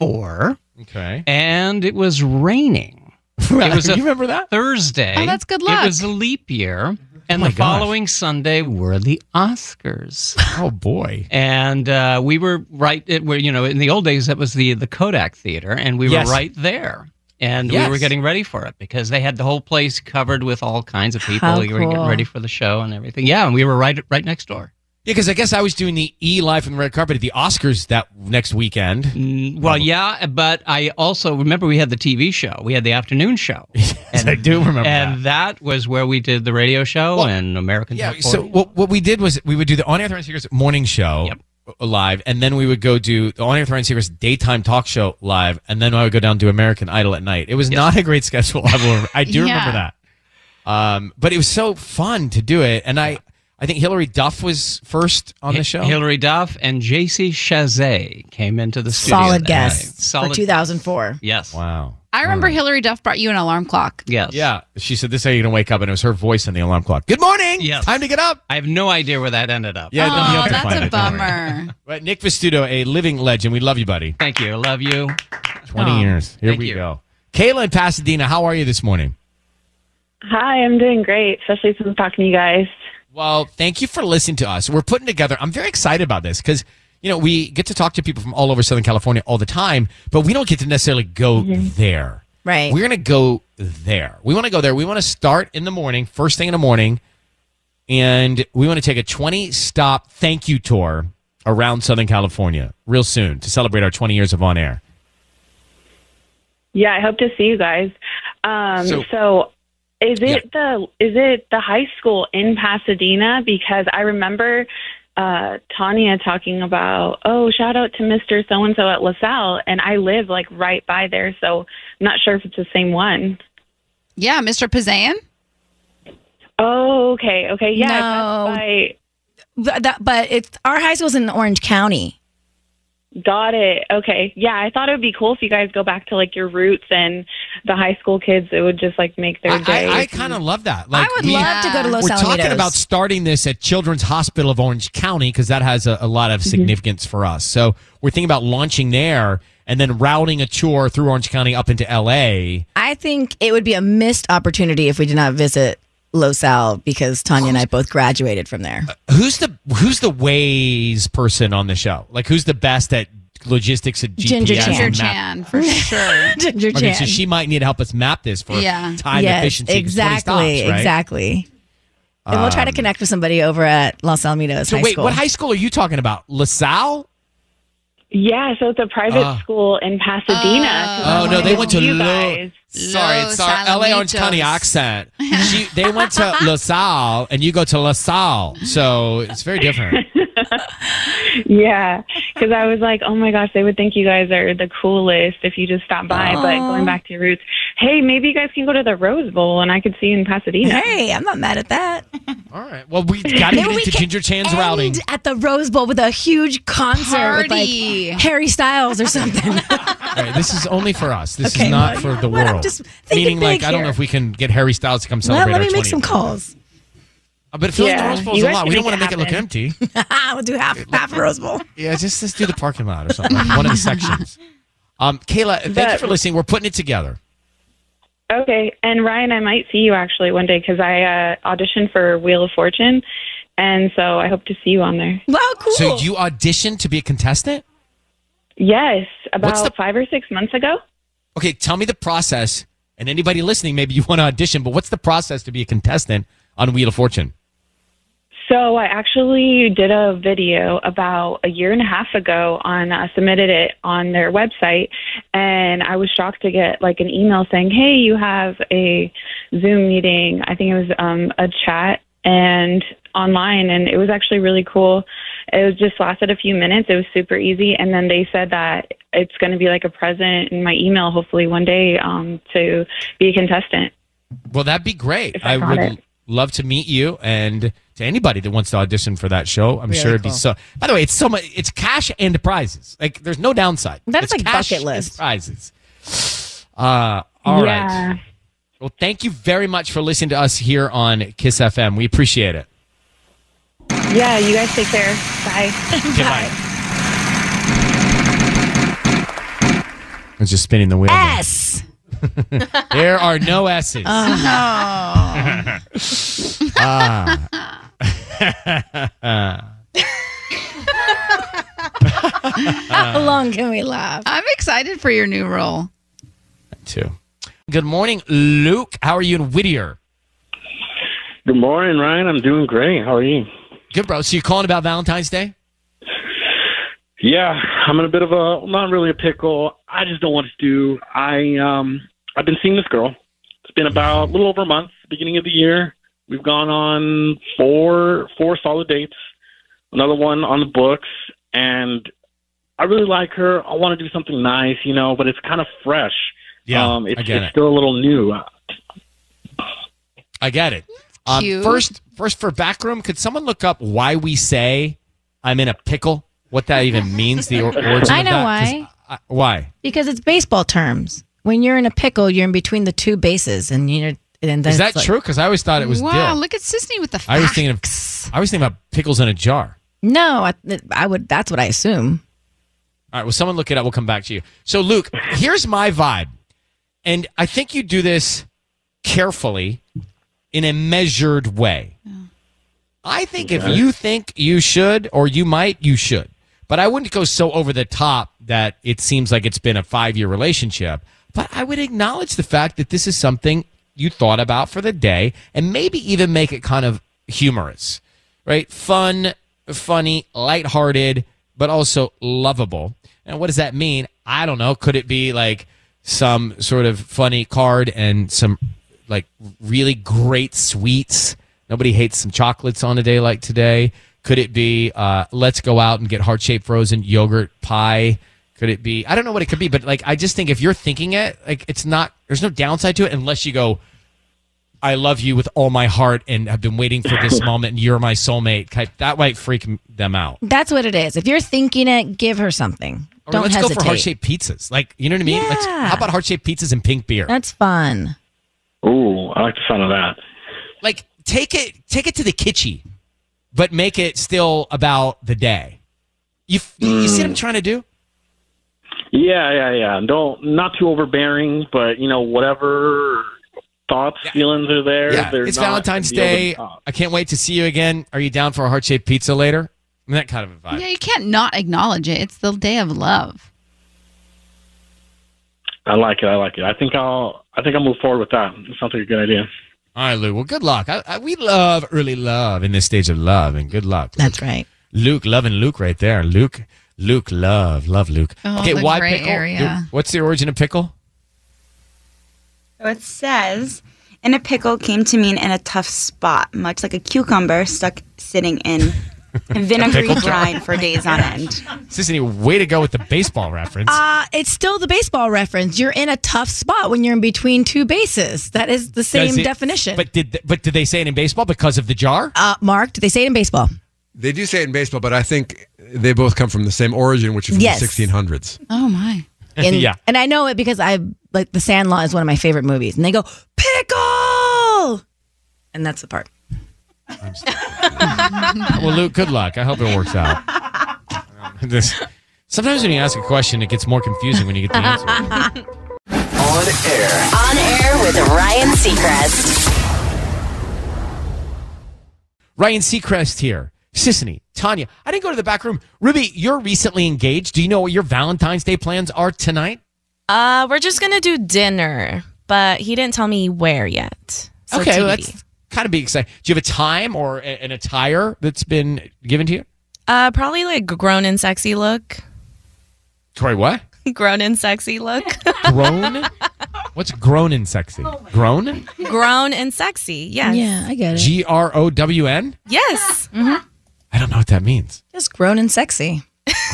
Speaker 10: 2004.
Speaker 2: Okay.
Speaker 10: And
Speaker 5: Oh,
Speaker 10: it was raining. It was a
Speaker 2: you remember that?
Speaker 10: Thursday.
Speaker 5: Oh, that's good
Speaker 10: It
Speaker 5: luck.
Speaker 10: was a leap year. And
Speaker 2: Oh my
Speaker 10: the
Speaker 2: gosh.
Speaker 10: following Sunday were the Oscars.
Speaker 2: Oh boy.
Speaker 10: and uh, we were right at where you know in the old days that was the the Kodak Theater, and we
Speaker 2: Yes.
Speaker 10: were right there, and
Speaker 2: Yes.
Speaker 10: we were getting ready for it because they had the whole place covered with all kinds of people.
Speaker 1: How
Speaker 10: we were getting
Speaker 1: cool.
Speaker 10: ready for the show and everything. Yeah, and we were right right next door.
Speaker 2: Yeah, because I guess I was doing the E live from the red carpet at the Oscars that next weekend.
Speaker 10: Mm, Well, yeah, but I also remember we had the TV show. We had the afternoon show,
Speaker 2: And, I do remember that.
Speaker 10: and that was where we did the radio show
Speaker 2: Well,
Speaker 10: and American
Speaker 2: Yeah.
Speaker 10: Top
Speaker 2: So
Speaker 10: 40.
Speaker 2: what, what we did was we would do the on air Thrones Secrets morning show uh,
Speaker 10: Yep.
Speaker 2: live, and then we would go do the on air Thrones Secrets daytime talk show live, and then I would go down and do American Idol at night. It was not a great schedule. I, will, I do remember
Speaker 5: Yeah.
Speaker 2: that. Um, but it was so fun to do it, and I I think Hillary Duff was first on the
Speaker 10: Hi-
Speaker 2: show.
Speaker 10: Hilary Duff and J.C. Chazet came into the studio.
Speaker 1: Solid
Speaker 10: that night.
Speaker 1: guest
Speaker 10: Solid.
Speaker 1: for 2004.
Speaker 10: yes.
Speaker 2: Wow.
Speaker 5: I remember Hillary Duff brought you an alarm clock.
Speaker 10: Yes.
Speaker 2: Mm. Yeah, she said this is how you're gonna wake up, and it was her voice on the alarm clock. Good morning.
Speaker 10: Yes.
Speaker 2: Time to get up.
Speaker 10: I have no idea where that ended up.
Speaker 2: Yeah, no, you
Speaker 5: Oh,
Speaker 2: have to find
Speaker 5: that's a
Speaker 2: it, don't worry.
Speaker 5: bummer.
Speaker 2: But Nick Vestuto, a living legend. We love you, buddy.
Speaker 10: Thank you. I Love you.
Speaker 2: 20
Speaker 10: Aw.
Speaker 2: years. Here
Speaker 10: Thank
Speaker 2: we
Speaker 10: you.
Speaker 2: go. Kayla in Pasadena, how are you this morning?
Speaker 9: Hi, I'm doing great, especially since talking to you guys.
Speaker 2: Well, thank you for listening to us. We're putting together, I'm very excited about this because, you know, we get to talk to people from all over Southern California all the time, but we don't get to necessarily go there.
Speaker 1: Right.
Speaker 2: We're going to go there. We want to go there. We want to start in the morning, first thing in the morning, and we want to take a 20 stop thank you tour around Southern California real soon to celebrate our 20 years of on air.
Speaker 9: Yeah, I hope to see you guys. Um,
Speaker 2: So-
Speaker 9: so, is it the is it the high school in Pasadena? Because I remember uh, Tanya talking about, oh, shout out to Mister So and So at LaSalle, and I live like right by there, so I'm not sure if it's the same one.
Speaker 5: Yeah, Mr. Pizan.
Speaker 9: Oh, okay, okay, yeah,
Speaker 1: No.
Speaker 9: that's by,
Speaker 1: But, that, but it's our high school's in Orange County.
Speaker 9: got it. Okay, yeah, I thought it would be cool if you guys go back to like your roots and the high school kids. It would just like make their
Speaker 2: I,
Speaker 9: day.
Speaker 2: I, I kind of love that. Like,
Speaker 1: I would
Speaker 2: we-
Speaker 1: love to go to Los
Speaker 2: We're
Speaker 1: Alamitos.
Speaker 2: talking about starting this at Children's Hospital of Orange County because that has a, a lot
Speaker 1: Mm-hmm.
Speaker 2: of significance for us. So we're thinking about launching there and then routing a tour through Orange County up into LA.
Speaker 1: I think it would be a missed opportunity if we did not visit Los Al because Tanya and I both graduated from there.
Speaker 2: Uh, Who's the Who's the ways person on the show? Like who's the best at logistics at GPS?
Speaker 1: Ginger
Speaker 2: and
Speaker 1: Chan.
Speaker 5: Mr.
Speaker 2: map-
Speaker 5: Chan, for sure.
Speaker 1: Ginger
Speaker 2: Okay,
Speaker 1: Chan.
Speaker 2: so she might need to help us map this for
Speaker 5: Yeah.
Speaker 2: time
Speaker 1: Yes,
Speaker 2: efficiency. 'cause 20
Speaker 1: Exactly.
Speaker 2: stops, right? Um,
Speaker 1: Exactly. And we'll try to connect with somebody over at Los Alamitos
Speaker 2: So
Speaker 1: High
Speaker 2: wait,
Speaker 1: School.
Speaker 2: what high school are you talking about? LaSalle?
Speaker 9: Yeah, so it's a private
Speaker 2: Ah.
Speaker 9: school in Pasadena. 'cause I
Speaker 2: Oh no,
Speaker 9: wanted
Speaker 2: they went to
Speaker 9: you
Speaker 2: Lo-
Speaker 9: guys.
Speaker 2: Sorry,
Speaker 5: Los
Speaker 2: it's our LA Orange
Speaker 5: Alamitos.
Speaker 2: County accent. She, they went to LaSalle, and you go to LaSalle, so it's very different.
Speaker 9: Yeah, because I was like, oh my gosh, they would think you guys are the coolest if you just stop by. But going back to your roots, hey, maybe you guys can go to the Rose Bowl and I could see you in Pasadena.
Speaker 1: Hey, I'm not mad at that.
Speaker 2: All right. Well, we got to get into Ginger Chan's routing.
Speaker 1: at the Rose Bowl with a huge concert
Speaker 5: Party.
Speaker 1: with like Harry Styles or something.
Speaker 2: All right, this is only for us. This
Speaker 1: Okay,
Speaker 2: is not
Speaker 1: well,
Speaker 2: for the
Speaker 1: well, I'm
Speaker 2: world.
Speaker 1: just thinking
Speaker 2: Meaning, like,
Speaker 1: big
Speaker 2: I don't
Speaker 1: here.
Speaker 2: know if we can get Harry Styles to come
Speaker 1: let,
Speaker 2: celebrate
Speaker 1: let me
Speaker 2: our
Speaker 1: make some
Speaker 2: 20th.
Speaker 1: calls.
Speaker 2: Uh, But filling
Speaker 9: Yeah,
Speaker 2: the Rose Bowl
Speaker 9: you
Speaker 2: is a
Speaker 9: guys
Speaker 2: lot.
Speaker 9: can
Speaker 2: We don't
Speaker 9: make
Speaker 2: want to
Speaker 9: it
Speaker 2: make it look
Speaker 9: happen.
Speaker 2: empty.
Speaker 1: Ah, we'll do half half Rose Bowl.
Speaker 2: Yeah, just just do the parking lot or something. like one of the sections. Um, Kayla, thank you
Speaker 9: But-
Speaker 2: for listening. We're putting it together.
Speaker 9: Okay, and Ryan, I might see you actually one day because I uh, auditioned for Wheel of Fortune, and so I hope to see you on there.
Speaker 1: Wow, cool.
Speaker 2: So you auditioned to be a contestant?
Speaker 9: Yes,
Speaker 2: What's
Speaker 9: about
Speaker 2: the-
Speaker 9: five or six months ago.
Speaker 2: Okay, tell me the process. And anybody listening, maybe you want to audition, but what's the process to be a contestant on Wheel of Fortune?
Speaker 9: So I actually did a video about a year and a half ago on uh, submitted it on their website, and I was shocked to get like an email saying, "Hey, you have a Zoom meeting. I think it was um, a chat and online, and it was actually really cool. It was just lasted a few minutes. It was super easy, and then they said that it's going to be like a present in my email, hopefully one day, um, to be a contestant.
Speaker 2: Well, that'd be great.
Speaker 9: I got
Speaker 2: would
Speaker 9: it.
Speaker 2: love to meet you and to anybody that wants to audition for that show. I'm sure it'd be so. By the way, it's so much. It's cash and prizes. Like, there's no downside. It's
Speaker 1: That's like
Speaker 2: cash
Speaker 1: bucket
Speaker 2: and
Speaker 1: list.
Speaker 2: prizes. Uh, all right.
Speaker 9: Yeah.
Speaker 2: Well, thank you very much for listening to us here on Kiss FM. We appreciate it.
Speaker 9: Yeah. You guys take care. Bye.
Speaker 2: Okay, bye. I was just spinning the wheel. there.
Speaker 1: yes.
Speaker 2: There are no S's.
Speaker 5: Uh.
Speaker 1: How long can we laugh?
Speaker 5: I'm excited for your new role.
Speaker 2: Too. Good morning, Luke. How are you in Whittier?
Speaker 11: Good morning, Ryan. I'm doing great. How are you?
Speaker 2: Good, bro. So you're calling about Valentine's Day?
Speaker 11: Yeah, I'm in a bit of a not really a pickle. I just don't know what to do. I um I've been seeing this girl. It's been about a little over a month, beginning of the year. We've gone on four four solid dates. Another one on the books and I really like her. I want to do something nice, you know, but it's kind of fresh.
Speaker 2: Yeah,
Speaker 11: um, it's,
Speaker 2: I get it.
Speaker 11: it's still a little new.
Speaker 2: I get it. Um,
Speaker 5: Cute.
Speaker 2: first, first for backroom, could someone look up why we say I'm in a pickle? What that even means? The or- origin.
Speaker 1: I
Speaker 2: of
Speaker 1: know
Speaker 2: that? 'Cause
Speaker 1: why.
Speaker 2: I- why?
Speaker 1: Because it's baseball terms. When you're in a pickle, you're in between the two bases, and you're. And then
Speaker 2: Is that
Speaker 1: it's like-
Speaker 2: true? Because I always thought it was
Speaker 5: wow,
Speaker 2: dill.
Speaker 5: look at Sisney with the facts.
Speaker 2: I was thinking of. I was thinking about pickles in a jar.
Speaker 1: No, I, I would. That's what I assume.
Speaker 2: All right. Well, someone look it up. We'll come back to you. So, Luke, here's my vibe. And I think you do this carefully in a measured way. I think if you think you should or you might, you should. But I wouldn't go so over the top that it seems like it's been a five year relationship. But I would acknowledge the fact that this is something you thought about for the day and maybe even make it kind of humorous, right? Fun, funny, lighthearted, but also lovable. And what does that mean? I don't know. Could it be like some sort of funny card and some like really great sweets? Nobody hates some chocolates on a day like today. Could it be uh, let's go out and get heart shaped frozen yogurt pie? Could it be? I don't know what it could be, but like I just think if you're thinking it, like it's not. There's no downside to it unless you go. I love you with all my heart and have been waiting for this moment and you're my soulmate. type- That might freak m- them out.
Speaker 1: That's what it is. If you're thinking it, give her something.
Speaker 2: Or
Speaker 1: Don't
Speaker 2: let's
Speaker 1: hesitate.
Speaker 2: go for heart shaped pizzas. Like, you know what I mean? Let's,
Speaker 1: Yeah.
Speaker 2: how about heart shaped pizzas and pink beer?
Speaker 1: That's fun.
Speaker 11: Ooh, I like the sound of that.
Speaker 2: Like, take it, take it to the kitschy, but make it still about the day. You, f you see what
Speaker 11: Mm.
Speaker 2: I'm trying to do?
Speaker 11: Yeah, yeah, yeah. Don't not too overbearing, but you know whatever thoughts, feelings are there.
Speaker 2: Yeah,
Speaker 11: they're
Speaker 2: it's
Speaker 11: not
Speaker 2: Valentine's
Speaker 11: the over the
Speaker 2: Day.
Speaker 11: top.
Speaker 2: I can't wait to see you again. Are you down for a heart shaped pizza later? I mean, that kind of a vibe.
Speaker 5: Yeah, you can't not acknowledge it. It's the day of love.
Speaker 11: I like it. I like it. I think I'll. I think I'll move forward with that. It sounds like a good idea.
Speaker 2: All right, Lou. Well, good luck. I, I, we love early love in this stage of love, and good luck.
Speaker 1: That's right.
Speaker 2: Luke, love and Luke right there. Luke, Luke, love, love Luke.
Speaker 5: Oh,
Speaker 2: okay,
Speaker 5: the
Speaker 2: why
Speaker 5: gray
Speaker 2: pickle?
Speaker 5: area.
Speaker 2: What's the origin of pickle?
Speaker 12: So it says, and a pickle came to mean in a tough spot, much like a cucumber stuck sitting in
Speaker 13: And vinegary
Speaker 2: Pickled-
Speaker 13: brine for days on end.
Speaker 2: Sissy, way to go with the baseball reference.
Speaker 4: Uh, it's still the baseball reference. You're in a tough spot when you're in between two bases. That is the same
Speaker 2: Does it-
Speaker 4: definition.
Speaker 2: But did th- but did they say it in baseball because of the jar?
Speaker 4: uh, Mark, do they say it in baseball?
Speaker 6: They do say it in baseball, but I think they both come from the same origin, which is from
Speaker 4: Yes.
Speaker 6: the 1600s.
Speaker 4: Oh my!
Speaker 6: Yeah.
Speaker 4: and I know it because I like The Sandlot is one of my favorite movies, and they go pickle, and that's the part.
Speaker 2: well, Luke, good luck. I hope it works out. This- Sometimes when you ask a question, it gets more confusing when you get the answer.
Speaker 8: On air. On air with Ryan Seacrest.
Speaker 2: Ryan Seacrest here. Sissany, Tanya, I didn't go to the back room. Ruby, you're recently engaged. Do you know what your Valentine's Day plans are tonight?
Speaker 14: Uh, we're just gonna do dinner, but he didn't tell me where yet. So
Speaker 2: okay,
Speaker 14: TBD.
Speaker 2: well, that's kind of be exciting. Do you have a time or a- an attire that's been given to you?
Speaker 14: uh, probably like grown and sexy look.
Speaker 2: Sorry, what?
Speaker 14: grown and sexy look.
Speaker 2: Grown? What's grown and sexy? Grown?
Speaker 14: grown and sexy. Yes. Yeah, I get
Speaker 2: G R O W N?
Speaker 14: Yes.
Speaker 2: I don't know what that means.
Speaker 4: Just grown and sexy.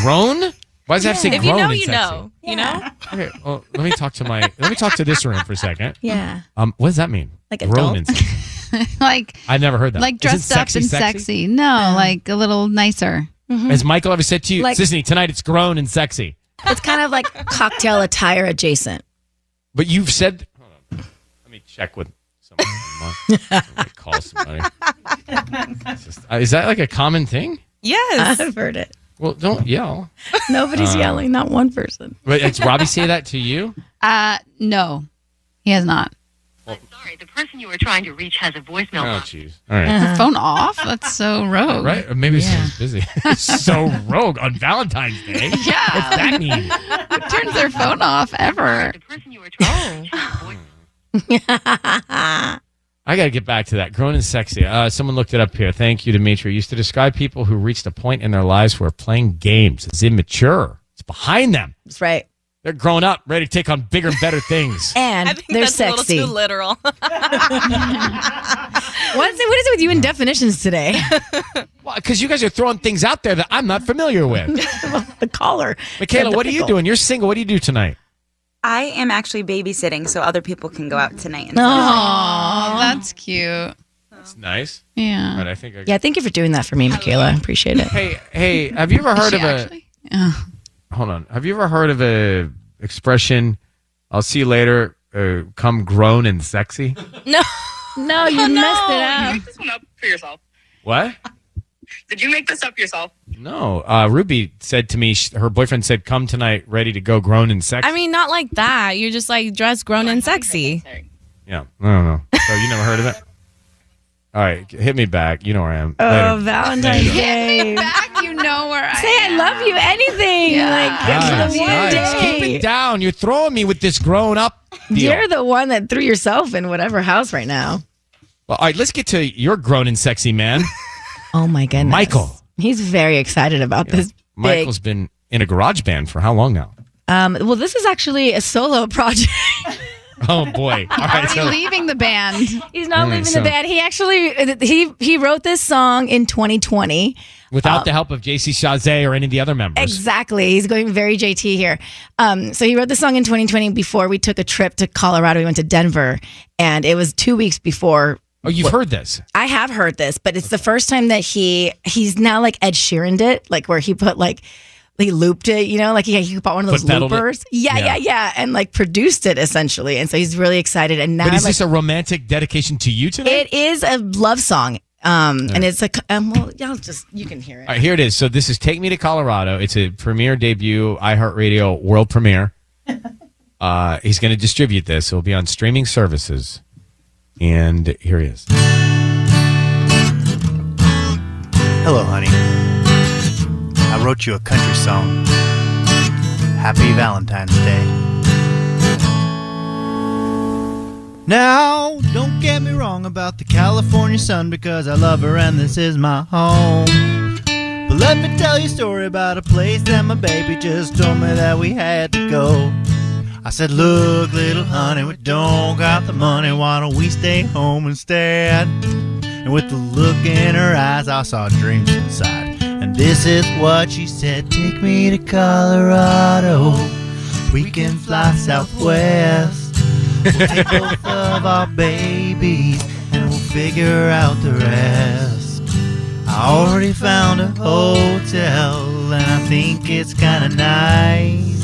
Speaker 2: Grown? Why does it have to say
Speaker 14: if
Speaker 2: grown
Speaker 14: you know,
Speaker 2: and
Speaker 14: you
Speaker 2: sexy?
Speaker 14: know. You know.
Speaker 2: Okay, well, let me talk to my let me talk to this room for a second.
Speaker 14: Yeah.
Speaker 2: Um, what does that mean?
Speaker 5: Like
Speaker 2: grown
Speaker 5: adult?
Speaker 2: and sexy.
Speaker 5: like
Speaker 2: I've never heard that.
Speaker 5: like
Speaker 2: Isn't
Speaker 5: dressed up
Speaker 2: sexy
Speaker 5: and sexy. No, like a little nicer.
Speaker 2: Has Michael ever said to you,
Speaker 4: Like-
Speaker 2: Sisney, tonight it's grown and sexy?
Speaker 4: It's kind of like cocktail attire adjacent.
Speaker 2: But you've said. Hold on. Let me check with someone. Somebody call somebody. It's just- uh, is that like a common thing?
Speaker 14: Yes.
Speaker 4: I've heard it.
Speaker 2: Well, don't yell.
Speaker 4: Nobody's
Speaker 2: Uh,
Speaker 4: yelling. Not one person.
Speaker 2: Wait, did Robbie say that to you?
Speaker 5: Uh, no, he has not.
Speaker 15: The person you were trying to reach has a voicemail.
Speaker 2: Oh, jeez. All right.
Speaker 5: Her phone off. That's so rogue.
Speaker 2: Right? Or Maybe someone's busy. so rogue on Valentine's Day. Yeah. What's that mean?
Speaker 5: Who turns their phone off ever?
Speaker 2: I got to get back to that. Grown and sexy. Uh, someone looked it up here. Thank you, Dimitri. Used to describe people who reached a point in their lives where playing games is immature. It's behind them.
Speaker 4: That's right.
Speaker 2: They're grown up, ready to take on bigger and better things.
Speaker 4: And they're
Speaker 14: that's a
Speaker 4: sexy.
Speaker 14: little too literal.
Speaker 4: What's it, what is it with you in definitions today?
Speaker 2: Because you guys are throwing things out there that I'm not familiar with.
Speaker 4: the caller.
Speaker 2: Michaela,
Speaker 13: Said the
Speaker 2: what are you
Speaker 13: pickle.
Speaker 2: doing? You're single. What do you do tonight?
Speaker 13: I am actually babysitting so other people can go out tonight. And
Speaker 5: Oh, that's cute.
Speaker 2: That's nice.
Speaker 5: Yeah.
Speaker 2: But I think I
Speaker 4: Yeah, thank you for doing that for me, Michaela. I appreciate it.
Speaker 2: Hey, hey, have you ever heard of a?
Speaker 5: Oh.
Speaker 2: Hold on. Have you ever heard of a expression? I'll see you later. Uh, come grown and sexy.
Speaker 14: No.
Speaker 4: Oh, No, you messed it up.
Speaker 15: make this one up for yourself?
Speaker 2: What?
Speaker 15: Did you make this up yourself?
Speaker 2: No. Uh, Ruby said to me, sh her boyfriend said, "Come tonight, ready to go, grown and sexy."
Speaker 14: I mean, not like that. You're just like dressed grown and sexy.
Speaker 2: yeah. I don't know. So you never heard of it? All right, hit me back. You know where I
Speaker 4: Oh,
Speaker 2: am. Later. Later.
Speaker 4: Day.
Speaker 5: Back, you know where I
Speaker 4: Say I love you. Anything. Like
Speaker 2: Guys,
Speaker 4: you're the one
Speaker 2: guys,
Speaker 4: day.
Speaker 2: keep it down. You're throwing me with this grown up deal.
Speaker 4: You're the one that threw yourself in whatever house right now.
Speaker 2: Well, all right, let's get to your grown and sexy man.
Speaker 4: Oh my goodness,
Speaker 2: Michael.
Speaker 4: He's very excited about this.
Speaker 2: Michael's been in a garage band for how long now?
Speaker 4: Um, well, this is actually a solo project.
Speaker 2: Oh boy! All right, so
Speaker 5: leaving the band.
Speaker 4: He's not
Speaker 2: Mm,
Speaker 4: leaving
Speaker 2: so-
Speaker 4: the band. He actually he he wrote this song in 2020. Uh,
Speaker 2: without the help of JC Chazé or any of the other members,
Speaker 4: Exactly. He's going very JT here. Um, so he wrote the song in 2020 before we took a trip to Colorado. We went to Denver, and it was two weeks before.
Speaker 2: oh, you've heard this.
Speaker 4: I have heard this, but it's the first time that he he's now like Ed Sheeran it, like where he put like he looped it, you know, like he, he bought one of those
Speaker 2: Foot pedaled it.
Speaker 4: loopers. Yeah,
Speaker 2: Yeah.
Speaker 4: yeah, yeah, and like produced it essentially. And so he's really excited. And now
Speaker 2: But is
Speaker 4: like,
Speaker 2: this a romantic dedication to you tonight?
Speaker 4: it is a love song, um,
Speaker 2: Yeah.
Speaker 4: and it's like um, well, y'all just you can hear it.
Speaker 2: All right, here it is. So this is Take Me to Colorado. It's a premiere debut, iHeartRadio world premiere. Uh, he's going to distribute this. It'll be on streaming services. And here he is. Uh,
Speaker 16: Hello, honey. I wrote you a country song. Happy Valentine's Day. Now, don't get me wrong about the California sun because I love her and this is my home. But let me tell you a story about a place that my baby just told me that we had to go. I said, Look, little honey, we don't got the money. Why don't we stay home instead? And with the look in her eyes, I saw dreams inside. And this is what she said Take me to Colorado. We can fly southwest. We'll take both of our babies and we'll figure out the rest. I already found a hotel and I think it's kinda nice.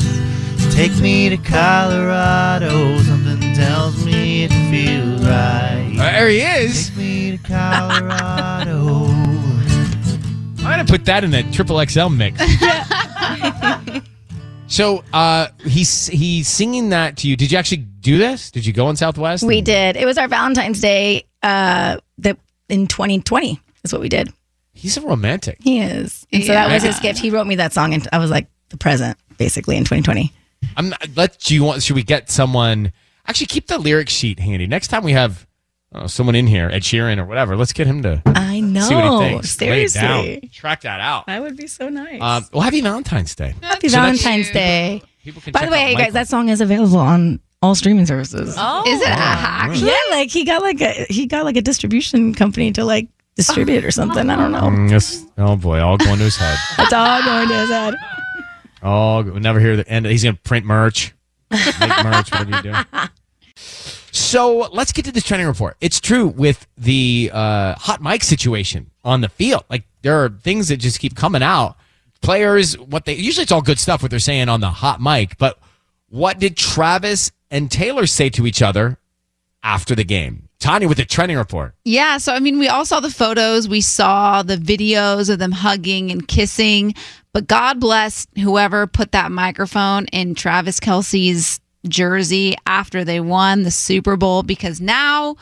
Speaker 16: Take me to Colorado. Something tells me it feels right.
Speaker 2: there he is.
Speaker 16: Take me to Colorado.
Speaker 2: I'm gonna put that in that triple XL mix. so uh, he's he's singing that to you. Did you actually do this? Did you go in Southwest?
Speaker 4: We did. It was our Valentine's Day uh, that in 2020 is what we did.
Speaker 2: He's a romantic.
Speaker 4: He is. And so that was his gift. He wrote me that song, and I was like the present basically in 2020.
Speaker 2: I'm not, let do you want. Should we get someone? Actually, keep the lyric sheet handy. Next time we have uh, someone in here, Ed Sheeran or whatever, let's get him to.
Speaker 4: I know.
Speaker 2: See what he thinks. Lay it
Speaker 4: Oh, Seriously.
Speaker 2: down. Track that out.
Speaker 4: That would be so nice.
Speaker 2: Um, well, happy Valentine's Day.
Speaker 4: Happy
Speaker 2: So that's-
Speaker 4: Valentine's Day.
Speaker 2: People can
Speaker 4: By the
Speaker 2: check
Speaker 4: way,
Speaker 2: out
Speaker 4: you
Speaker 2: Michael.
Speaker 4: guys, that song is available on all streaming services.
Speaker 14: Oh,
Speaker 5: Is it
Speaker 4: Yeah, like he got like a he got like a distribution company to like distribute or something. I don't know.
Speaker 2: Mm, yes. Oh boy, all going to his head.
Speaker 4: That's all going to his head.
Speaker 2: Oh, we'll never hear the end. He's gonna print merch, make merch, whatever you do. So let's get to this trending report. It's true with the uh, hot mic situation on the field. Like there are things that just keep coming out. Players, what they usually it's all good stuff what they're saying on the hot mic. But what did Travis and Taylor say to each other after the game? Tanya with the trending report.
Speaker 5: Yeah, so I mean, we all saw the photos, we saw the videos of them hugging and kissing, but God bless whoever put that microphone in Travis Kelsey's jersey after they won the Super Bowl because now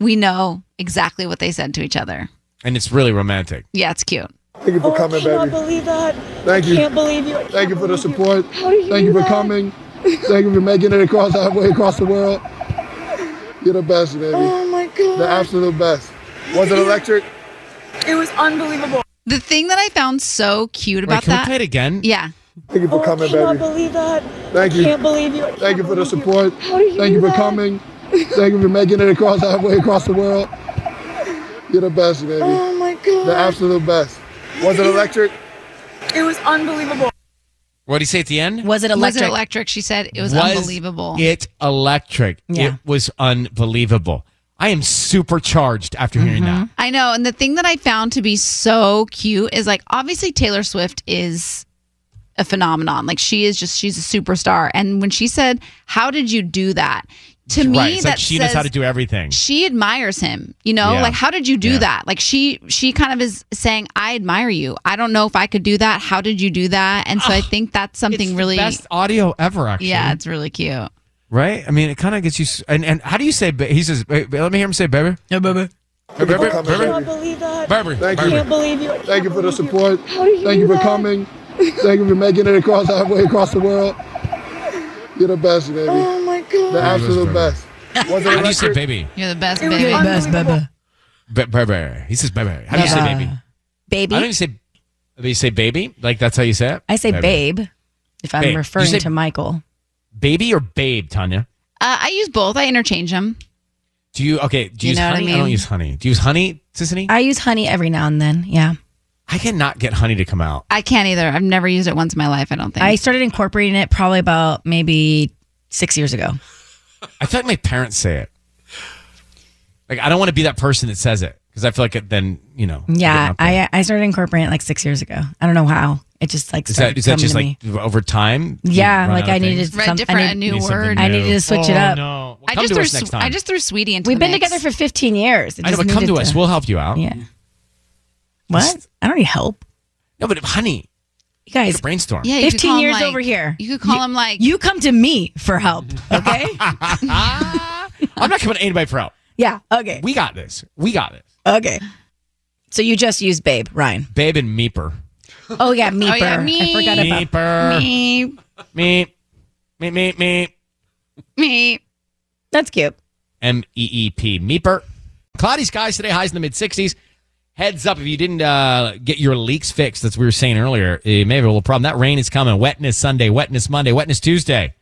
Speaker 5: we know exactly what they said to each other.
Speaker 2: And it's really romantic.
Speaker 5: Yeah, it's cute.
Speaker 17: Thank you for coming, baby.
Speaker 5: believe that.
Speaker 17: Thank you.
Speaker 5: can't believe you. I
Speaker 17: Thank you for the support.
Speaker 5: you
Speaker 17: Thank
Speaker 5: do
Speaker 17: you for
Speaker 5: that?
Speaker 17: coming. Thank you for making it across halfway across the world. You're the best, baby. Oh my god. The absolute best. Was it electric?
Speaker 5: It was unbelievable. The thing that I found so cute
Speaker 2: Wait,
Speaker 5: about
Speaker 2: can we
Speaker 5: that.
Speaker 2: play it again?
Speaker 5: Yeah.
Speaker 17: Thank you for coming, baby.
Speaker 5: believe that.
Speaker 17: Thank you.
Speaker 5: believe you.
Speaker 17: Thank you for the support.
Speaker 5: did you
Speaker 17: Thank you
Speaker 5: do
Speaker 17: for
Speaker 5: that?
Speaker 17: coming. Thank you for making it across halfway across the world. You're the best, baby. Oh my god. The absolute best. Was it electric?
Speaker 5: It was unbelievable.
Speaker 2: What did he say at the end?
Speaker 4: Was it
Speaker 5: Was
Speaker 4: electric?
Speaker 5: it electric? She said it was, unbelievable.
Speaker 2: It electric.
Speaker 5: Yeah.
Speaker 2: It was unbelievable. I am supercharged after hearing that.
Speaker 5: I know. And the thing that I found to be so cute is like, obviously, Taylor Swift is a phenomenon. Like, she is just, she's a superstar. And when she said, How did you do that? To me,
Speaker 2: right. It's
Speaker 5: that
Speaker 2: like she
Speaker 5: says,
Speaker 2: knows how to do everything.
Speaker 5: She admires him, you know.
Speaker 2: Yeah.
Speaker 5: Like, how did you do
Speaker 2: Yeah.
Speaker 5: that? Like, she she kind of is saying, "I admire you. I don't know if I could do that. How did you do that?" And so I think that's something really,
Speaker 2: Best audio ever, actually.
Speaker 5: yeah, it's really cute.
Speaker 2: Right? I mean, it kind of gets you. s- And, and how do you say, ba- he says, ba- ba- let me hear him say, baby.
Speaker 16: Yeah, baby.
Speaker 2: Hey, baby, baby.
Speaker 17: believe that.
Speaker 2: Baby,
Speaker 17: Thank
Speaker 2: baby.
Speaker 17: you.
Speaker 2: Can't
Speaker 17: believe you. Thank you for the support.
Speaker 2: did you
Speaker 17: Thank you
Speaker 2: do
Speaker 17: for
Speaker 2: that?
Speaker 17: coming. Thank you for making it across halfway across the world. You're the best, baby. Oh my god. The absolute best. Was it
Speaker 2: How do you say,
Speaker 17: electric?
Speaker 2: baby?
Speaker 5: You're the best,
Speaker 17: It was
Speaker 5: baby.
Speaker 17: unbelievable.
Speaker 2: Ba- baby. He says, baby. How do you say,
Speaker 4: Baby.
Speaker 2: baby?
Speaker 4: Baby.
Speaker 2: I don't even say, do you say, baby? Like, that's how you say it?
Speaker 4: I say babe if I'm
Speaker 2: Babe. You
Speaker 4: referring
Speaker 2: say-
Speaker 4: to Michael.
Speaker 2: Baby or babe, Tanya?
Speaker 5: Uh, I use both. I interchange them.
Speaker 2: Do you, okay, do you,
Speaker 5: You
Speaker 2: use
Speaker 5: know what I
Speaker 2: honey? don't
Speaker 5: mean?
Speaker 2: use honey. Do you use honey, Sissany?
Speaker 4: I use honey every now and then. Yeah.
Speaker 2: I cannot get honey to come out.
Speaker 5: I can't either. I've never used it once in my life. I don't think.
Speaker 4: I started incorporating it probably about maybe six years ago.
Speaker 2: I feel like my parents say it. Like I don't want to be that person that says it because I feel like it, then you know.
Speaker 4: Yeah. I I started incorporating it like six years ago. I don't know how. It just like
Speaker 2: Is
Speaker 4: started
Speaker 2: that is that
Speaker 4: coming
Speaker 2: just
Speaker 4: to
Speaker 2: like
Speaker 4: me.
Speaker 2: over time? you
Speaker 4: Yeah,
Speaker 2: run
Speaker 4: like
Speaker 2: out of
Speaker 4: I needed
Speaker 2: things?
Speaker 5: Right,
Speaker 4: some-
Speaker 5: different,
Speaker 4: I
Speaker 5: a
Speaker 4: need-
Speaker 5: new
Speaker 2: Need something
Speaker 5: word.
Speaker 4: I needed to switch
Speaker 2: Oh,
Speaker 4: it up.
Speaker 2: no. Well,
Speaker 5: I
Speaker 2: come
Speaker 5: just
Speaker 2: to
Speaker 5: threw.
Speaker 2: us next
Speaker 5: sw-
Speaker 2: time.
Speaker 5: I just threw sweetie into.
Speaker 4: We've
Speaker 5: the
Speaker 4: been
Speaker 5: mix.
Speaker 4: together for 15 years. It
Speaker 2: I know,
Speaker 4: just
Speaker 2: but come
Speaker 4: needed
Speaker 2: to us. We'll help you out.
Speaker 4: Yeah. What? I don't need help.
Speaker 2: No, but honey,
Speaker 4: You guys,
Speaker 2: brainstorm.
Speaker 5: Yeah, you could
Speaker 4: 15
Speaker 5: call him,
Speaker 4: years
Speaker 5: like-
Speaker 4: over here.
Speaker 5: You could call him like
Speaker 4: You come to me for help. Okay.
Speaker 2: I'm not coming to anybody for help.
Speaker 4: yeah. Okay.
Speaker 2: We got this. We got this.
Speaker 4: Okay. So you just use babe, Ryan.
Speaker 2: Babe and meeper.
Speaker 4: Oh yeah, meeper.
Speaker 5: yeah,
Speaker 4: I forgot
Speaker 2: Meeper.
Speaker 4: about
Speaker 5: me,
Speaker 2: Meep. Meep. Meep. Meep.
Speaker 5: me.
Speaker 4: That's cute.
Speaker 2: M E E P. Meeper. Cloudy skies today, highs in the mid 60s. Heads up if you didn't uh, get your leaks fixed, that's what we were saying earlier. It may have a little problem. That rain is coming.
Speaker 1: Um,
Speaker 2: Wetness Sunday, wetness Monday, wetness Tuesday.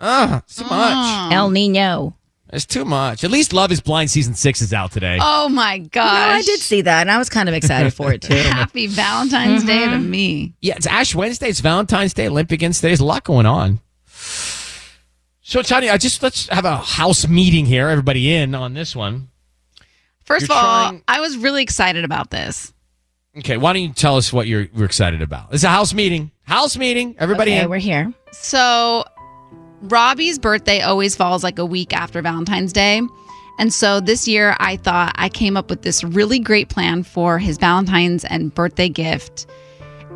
Speaker 2: Ah, it's too much.
Speaker 4: El Nino.
Speaker 2: It's That's too much. At least Love is Blind season six is out today.
Speaker 5: Oh my gosh.
Speaker 1: No, I did see that, and I was kind of excited for it too.
Speaker 5: Happy Valentine's Day
Speaker 4: Mm-hmm.
Speaker 5: to me.
Speaker 2: Yeah, it's Ash Wednesday. It's Valentine's Day. Limp begins today. There's a lot going on. So, Tanya, I just let's have a house meeting here. Everybody in on this one.
Speaker 5: First
Speaker 2: You're
Speaker 5: of all,
Speaker 2: trying-
Speaker 5: I was really excited about this.
Speaker 2: Okay, why don't you tell us what you're, you're excited about? It's a house meeting. House meeting. Everybody
Speaker 1: Okay,
Speaker 2: in.
Speaker 1: we're here.
Speaker 5: So, Robbie's birthday always falls like a week after Valentine's Day. And so this year, I thought I came up with this really great plan for his Valentine's and birthday gift.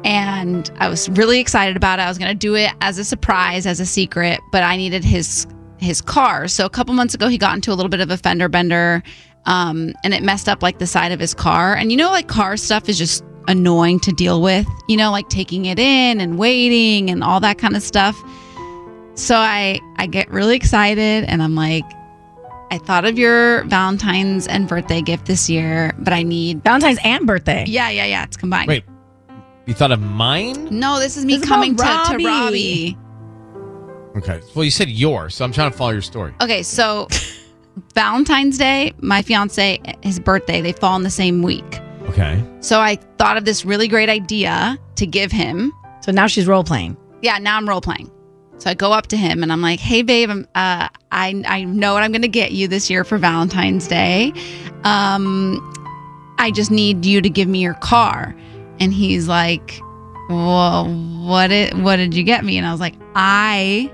Speaker 5: And I was really excited about it. I was going to do it as a surprise, as a secret, but I needed his his car. So a couple months ago, he got into a little bit of a fender bender, um, and it messed up like the side of his car. And you know, like car stuff is just annoying to deal with. You know, like taking it in and waiting and all that kind of stuff. So I I get really excited and I'm like, I thought of your Valentine's and birthday gift this year, but I need
Speaker 1: Valentine's and birthday.
Speaker 5: Yeah, yeah, yeah. It's combined.
Speaker 2: Wait, you thought of mine?
Speaker 5: No, this is me
Speaker 1: This is
Speaker 5: coming to,
Speaker 1: about
Speaker 5: to
Speaker 1: Robbie.
Speaker 5: Robbie.
Speaker 2: Okay. Well, you said your, so I'm trying to follow your story.
Speaker 5: Okay, so Valentine's Day, my fiance, his birthday, they fall in the same week.
Speaker 2: Okay.
Speaker 5: So I thought of this really great idea to give him.
Speaker 1: So now she's role playing.
Speaker 5: Yeah, now I'm role playing. So I go up to him and I'm like, "Hey, babe, I'm, uh, I I know what I'm going to get you this year for Valentine's Day. Um, I just need you to give me your car." And he's like, "Well, what did what did you get me?" And I was like, "I,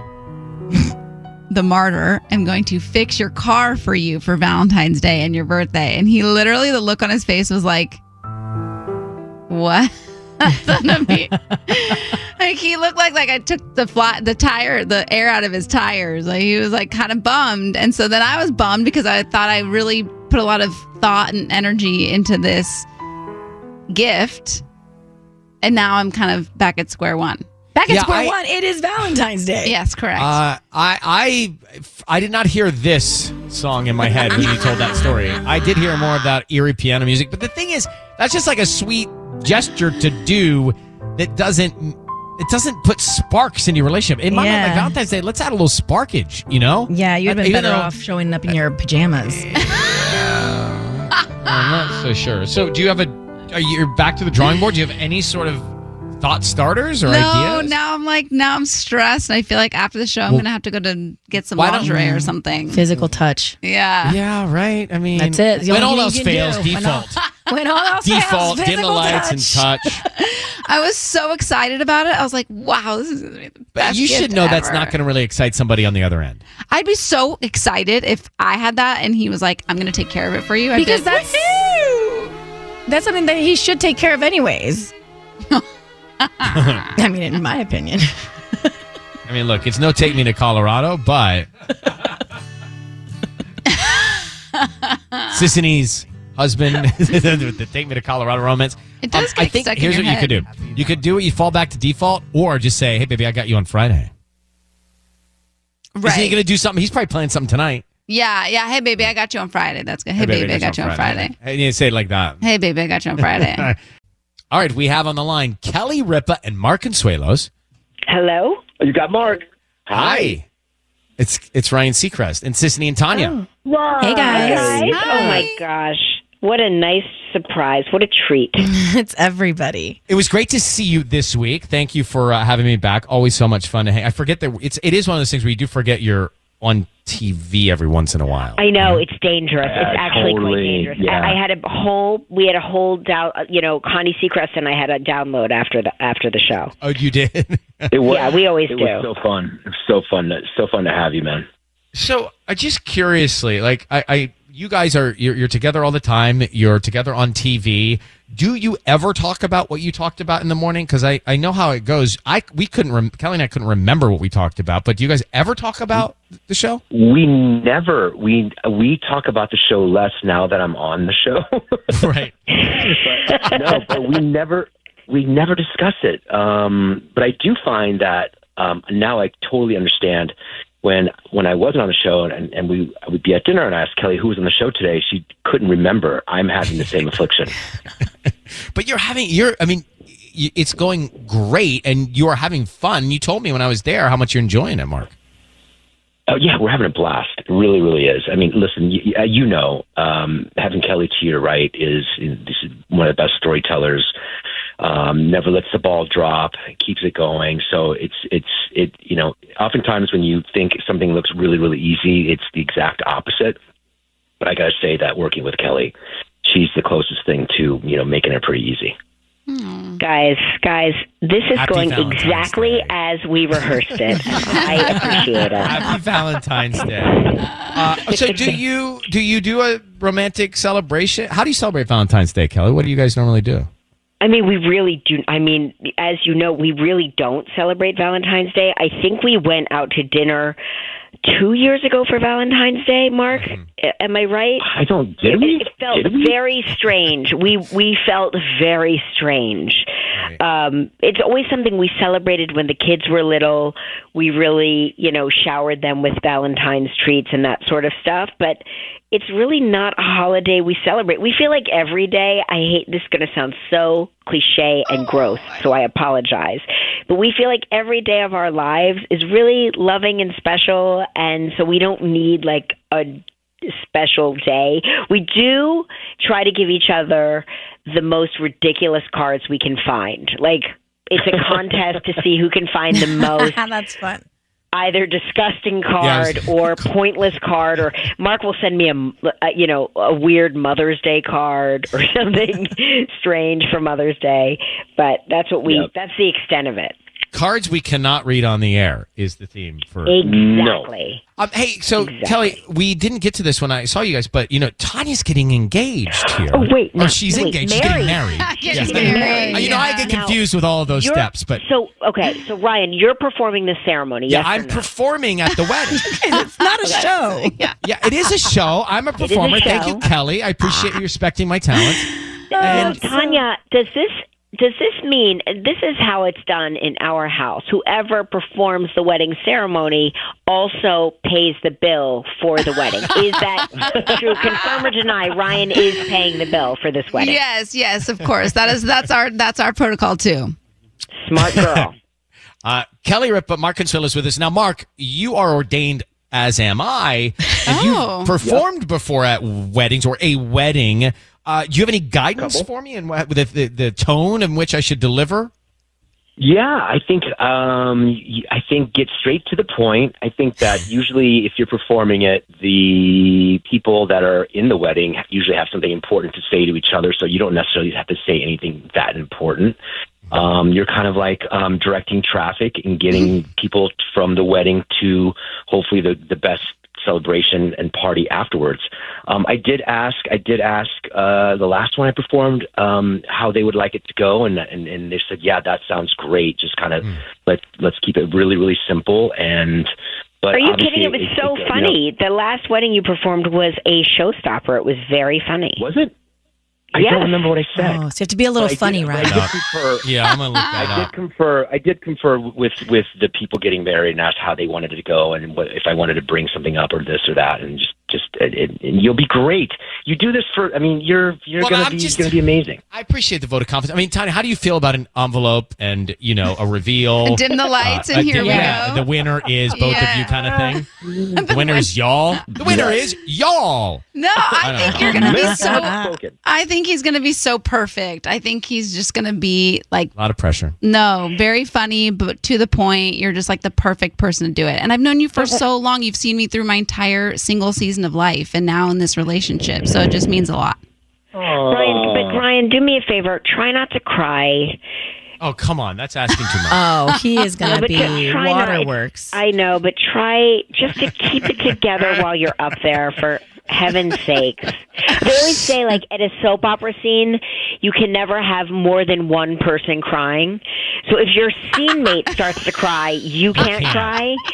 Speaker 5: the martyr, am going to fix your car for you for Valentine's Day and your birthday." And he literally, the look on his face was like, "What?" like he looked like like I took the fly, the tire, the air out of his tires. Like he was like kind of bummed, and so then I was bummed because I thought I really put a lot of thought and energy into this gift, and now I'm kind of back at square one.
Speaker 1: Back at
Speaker 2: Yeah,
Speaker 1: square
Speaker 2: I-
Speaker 1: one, it is Valentine's Day.
Speaker 5: Yes, correct.
Speaker 2: Uh, I I I did not hear this song in my head when you told that story. I did hear more of that eerie piano music, but the thing is, that's just like a sweet gesture to do that doesn't it doesn't put sparks in your relationship. In my mind,
Speaker 1: Yeah.
Speaker 2: like Valentine's Day, let's add a little sparkage, you know?
Speaker 1: Yeah, you'd have been
Speaker 2: Even
Speaker 1: better
Speaker 2: though-
Speaker 1: off showing up in your pajamas.
Speaker 2: I'm not so sure. So, do you have a? Are you you're back to the drawing board? Do you have any sort of thought starters or
Speaker 5: no,
Speaker 2: ideas?
Speaker 5: now I'm like now I'm stressed, and I feel like after the show I'm
Speaker 2: Well,
Speaker 5: gonna have to go to get some
Speaker 2: why don't-
Speaker 5: lingerie or something.
Speaker 1: Physical touch.
Speaker 5: Yeah.
Speaker 2: Yeah, right. I mean,
Speaker 1: That's it. The
Speaker 2: When
Speaker 1: only
Speaker 2: all else
Speaker 1: thing you can
Speaker 2: fails,
Speaker 1: do. When all-
Speaker 2: default.
Speaker 1: When all else fails,
Speaker 2: Default, dim the
Speaker 1: physical
Speaker 2: lights
Speaker 1: touch.
Speaker 2: and touch.
Speaker 5: I was so excited about it. I was like, wow, this is gonna be the best.
Speaker 2: But you should
Speaker 5: gift
Speaker 2: know that's
Speaker 5: ever.
Speaker 2: not going to really excite somebody on the other end.
Speaker 5: I'd be so excited if I had that and he was like, I'm going to take care of it for you. I'd be
Speaker 1: Because
Speaker 5: like,
Speaker 1: that's that's something that he should take care of anyways. I mean, in my opinion.
Speaker 2: I mean, look, it's no take me to Colorado, but Sissy's husband with the take me to Colorado romance. Um,
Speaker 5: It does get
Speaker 2: I think
Speaker 5: stuck in
Speaker 2: here's
Speaker 5: your
Speaker 2: what you
Speaker 5: head.
Speaker 2: could do. You could do it. You fall back to default, or just say, "Hey, baby, I got you on Friday."
Speaker 5: Right.
Speaker 2: Isn't he going to do something? He's probably playing something tonight.
Speaker 5: yeah, yeah. Hey, baby, I got you on Friday. That's good. Hey, baby, I got you on Friday.
Speaker 2: Hey, you say it like that.
Speaker 5: Hey, baby, I got you on Friday.
Speaker 2: All right, we have on the line Kelly Ripa and Mark Consuelos.
Speaker 18: Hello?
Speaker 11: You got Mark.
Speaker 2: Hi. It's it's Ryan Seacrest and Sissany and Tanya.
Speaker 18: Oh. Whoa.
Speaker 1: Hey, guys.
Speaker 18: Oh, my gosh. What a nice surprise. What a treat.
Speaker 1: it's everybody.
Speaker 2: It was great to see you this week. Thank you for uh, having me back. Always so much fun to hang. I forget that it's it is one of those things where you do forget you're on TV every once in a while.
Speaker 18: I know Oh, it's dangerous.
Speaker 11: Yeah,
Speaker 18: it's actually quite
Speaker 11: totally.
Speaker 18: dangerous.
Speaker 11: Yeah.
Speaker 18: I, I had a whole we had a whole down you know Connie Seacrest and I had a download after the after the show.
Speaker 2: Oh, you did.
Speaker 11: It was,
Speaker 18: Yeah, we always
Speaker 11: it
Speaker 18: do.
Speaker 11: was so fun. It was so fun. To, so fun to have you, man.
Speaker 2: So I just curiously, like I, I you guys are you're, you're together all the time. You're together on TV. Do you ever talk about what you talked about in the morning? Because I, I know how it goes. I we couldn't rem- Kelly and I couldn't remember what we talked about. But do you guys ever talk about the show?
Speaker 11: We never we we talk about the show less now that I'm on the show.
Speaker 2: right.
Speaker 11: But, no, but we never we never discuss it. Um, but I do find that um, now I totally understand when when I wasn't on the show and, and we I would be at dinner and I asked Kelly who was on the show today. She couldn't remember. I'm having the same affliction.
Speaker 2: But you're having you're I mean y- it's going great and you are having fun. You told me when I was there how much you're enjoying it, Mark.
Speaker 19: Oh yeah, we're having a blast. It really, really is. I mean, listen, you, you know, um, having Kelly to your right is, this is one of the best storytellers. Um, never lets the ball drop, keeps it going. So it's it's it. You know, oftentimes when you think something looks really, really easy, it's the exact opposite. But I gotta say that working with Kelly, she's the closest thing to you know making it pretty easy.
Speaker 18: Guys, guys, this is
Speaker 2: Happy
Speaker 18: going
Speaker 2: Valentine's
Speaker 18: exactly as we rehearsed it. I appreciate it.
Speaker 2: Happy Valentine's Day. Uh, so do you do you do a romantic celebration? How do you celebrate Valentine's Day, Kelly? What do you guys normally do?
Speaker 18: I mean, we really do. I mean, as you know, we really don't celebrate Valentine's Day. I think we went out to dinner two years ago for Valentine's Day. Mark, A- am I right?
Speaker 19: Mm-hmm. I don't. Did
Speaker 18: it,
Speaker 19: we?
Speaker 18: it felt
Speaker 19: Did we?
Speaker 18: very strange. We we felt very strange. Um, it's always something we celebrated when the kids were little. We really, you know, showered them with Valentine's treats and that sort of stuff. But it's really not a holiday we celebrate. We feel like every day. I hate this. Is going to sound so cliche and gross, so I apologize. But we feel like every day of our lives is really loving and special, and so we don't need like a special day. We do try to give each other the most ridiculous cards we can find. Like it's a contest to see who can find the most
Speaker 1: That's fun.
Speaker 18: either disgusting
Speaker 1: Yeah, I was-
Speaker 18: card or pointless card or Mark will send me a, a you know a weird Mother's Day card or something strange for Mother's Day, but that's what we
Speaker 2: Yep.
Speaker 18: that's the extent of it.
Speaker 2: Cards we cannot read on the air is the theme for
Speaker 18: Exactly.
Speaker 2: Um, hey, so Kelly, we didn't get to this when I saw you guys, but you know, Tanya's getting engaged here.
Speaker 18: Oh wait,
Speaker 2: or
Speaker 18: no,
Speaker 2: she's
Speaker 18: wait,
Speaker 2: engaged. She's getting married.
Speaker 18: married.
Speaker 2: Yes,
Speaker 18: Getting
Speaker 2: thank you.
Speaker 18: married,
Speaker 2: Uh, You know, I
Speaker 18: yeah.
Speaker 2: get
Speaker 18: Now,
Speaker 2: confused with all of those
Speaker 18: You're-
Speaker 2: steps, but
Speaker 18: so okay, so Ryan, you're performing this ceremony.
Speaker 2: yeah,
Speaker 18: yes or
Speaker 2: I'm
Speaker 18: no?
Speaker 2: performing at the wedding.
Speaker 18: it's
Speaker 1: not a show.
Speaker 2: Yeah. it is a show. I'm a
Speaker 18: is a
Speaker 2: performer. Thank
Speaker 18: show.
Speaker 2: you, Kelly. I appreciate you respecting my talent.
Speaker 18: And Tanya, does this does this mean this is how it's done in our house? Whoever performs the wedding ceremony also pays the bill for the wedding. is that true? Confirm or deny? Ryan is paying the bill for this wedding.
Speaker 5: Yes, yes, of course. That is that's our that's our protocol too.
Speaker 18: Smart girl.
Speaker 2: Uh, Kelly Ripa, Mark Consuelo is with us. Now, Mark, you are ordained, as am I, and
Speaker 5: Oh.
Speaker 2: you've performed before at weddings or a wedding. Uh, do you have any guidance
Speaker 19: Couple.
Speaker 2: for me in what, the, the, the tone in which I should deliver?
Speaker 19: Yeah, I think um, y- I think get straight to the point. I think that usually, if you're performing it, the people that are in the wedding usually have something important to say to each other, so you don't necessarily have to say anything that important. Um, you're kind of like um, directing traffic and getting
Speaker 2: Mm-hmm.
Speaker 19: people from the wedding to hopefully the, the best celebration and party afterwards. Um, I did ask, I did ask uh, the last one I performed um, how they would like it to go, and, and and they said, yeah, that sounds great. Just kind of
Speaker 2: Mm.
Speaker 19: let let's keep it really really simple. And but
Speaker 18: Are you
Speaker 19: obviously
Speaker 18: kidding? It was so
Speaker 19: you know-
Speaker 18: funny. The last wedding you performed was a showstopper. It was very funny.
Speaker 19: Was it? I
Speaker 18: yes.
Speaker 19: don't remember what I said.
Speaker 1: Oh, so you have to be a little
Speaker 19: But I did-
Speaker 1: funny,
Speaker 19: but I
Speaker 1: right?
Speaker 19: did confer-
Speaker 2: Yeah, I'm gonna look that
Speaker 19: I did confer. I did confer with with the people getting married and asked how they wanted it to go and what, if I wanted to bring something up or this or that and just just it, it, and you'll be great. You do this for. I mean, you're you're
Speaker 2: Well,
Speaker 19: gonna
Speaker 2: I'm
Speaker 19: be
Speaker 2: just-
Speaker 19: gonna be amazing.
Speaker 2: I appreciate the vote of confidence. I mean, Tanya, how do you feel about an envelope and you know a reveal?
Speaker 5: And dim the lights and
Speaker 2: a
Speaker 5: here we
Speaker 2: Uh, yeah,
Speaker 5: go.
Speaker 2: The winner is both of you, kind of thing. The winner is y'all. The winner
Speaker 5: Yeah.
Speaker 2: is y'all.
Speaker 5: No, I,
Speaker 2: don't
Speaker 5: think
Speaker 2: know.
Speaker 5: you're gonna be so. I think he's gonna be so perfect. I think he's just gonna be like
Speaker 2: A lot of pressure.
Speaker 5: no, very funny, but to the point. You're just like the perfect person to do it. And I've known you for so long. You've seen me through my entire single season of life, and now in this relationship. So it just means a lot.
Speaker 18: Ryan, but Ryan, do me a favor. Try not to cry.
Speaker 2: Oh come on, that's asking too much.
Speaker 1: Oh, he is
Speaker 18: No,
Speaker 1: going to
Speaker 18: but
Speaker 1: be
Speaker 18: just try not-
Speaker 1: waterworks.
Speaker 18: I know, but try just to keep it together while you're up there, for heaven's sakes. They always say, like, at a soap opera scene, you can never have more than one person crying. So if your scene mate starts to cry, you can't cry. Uh,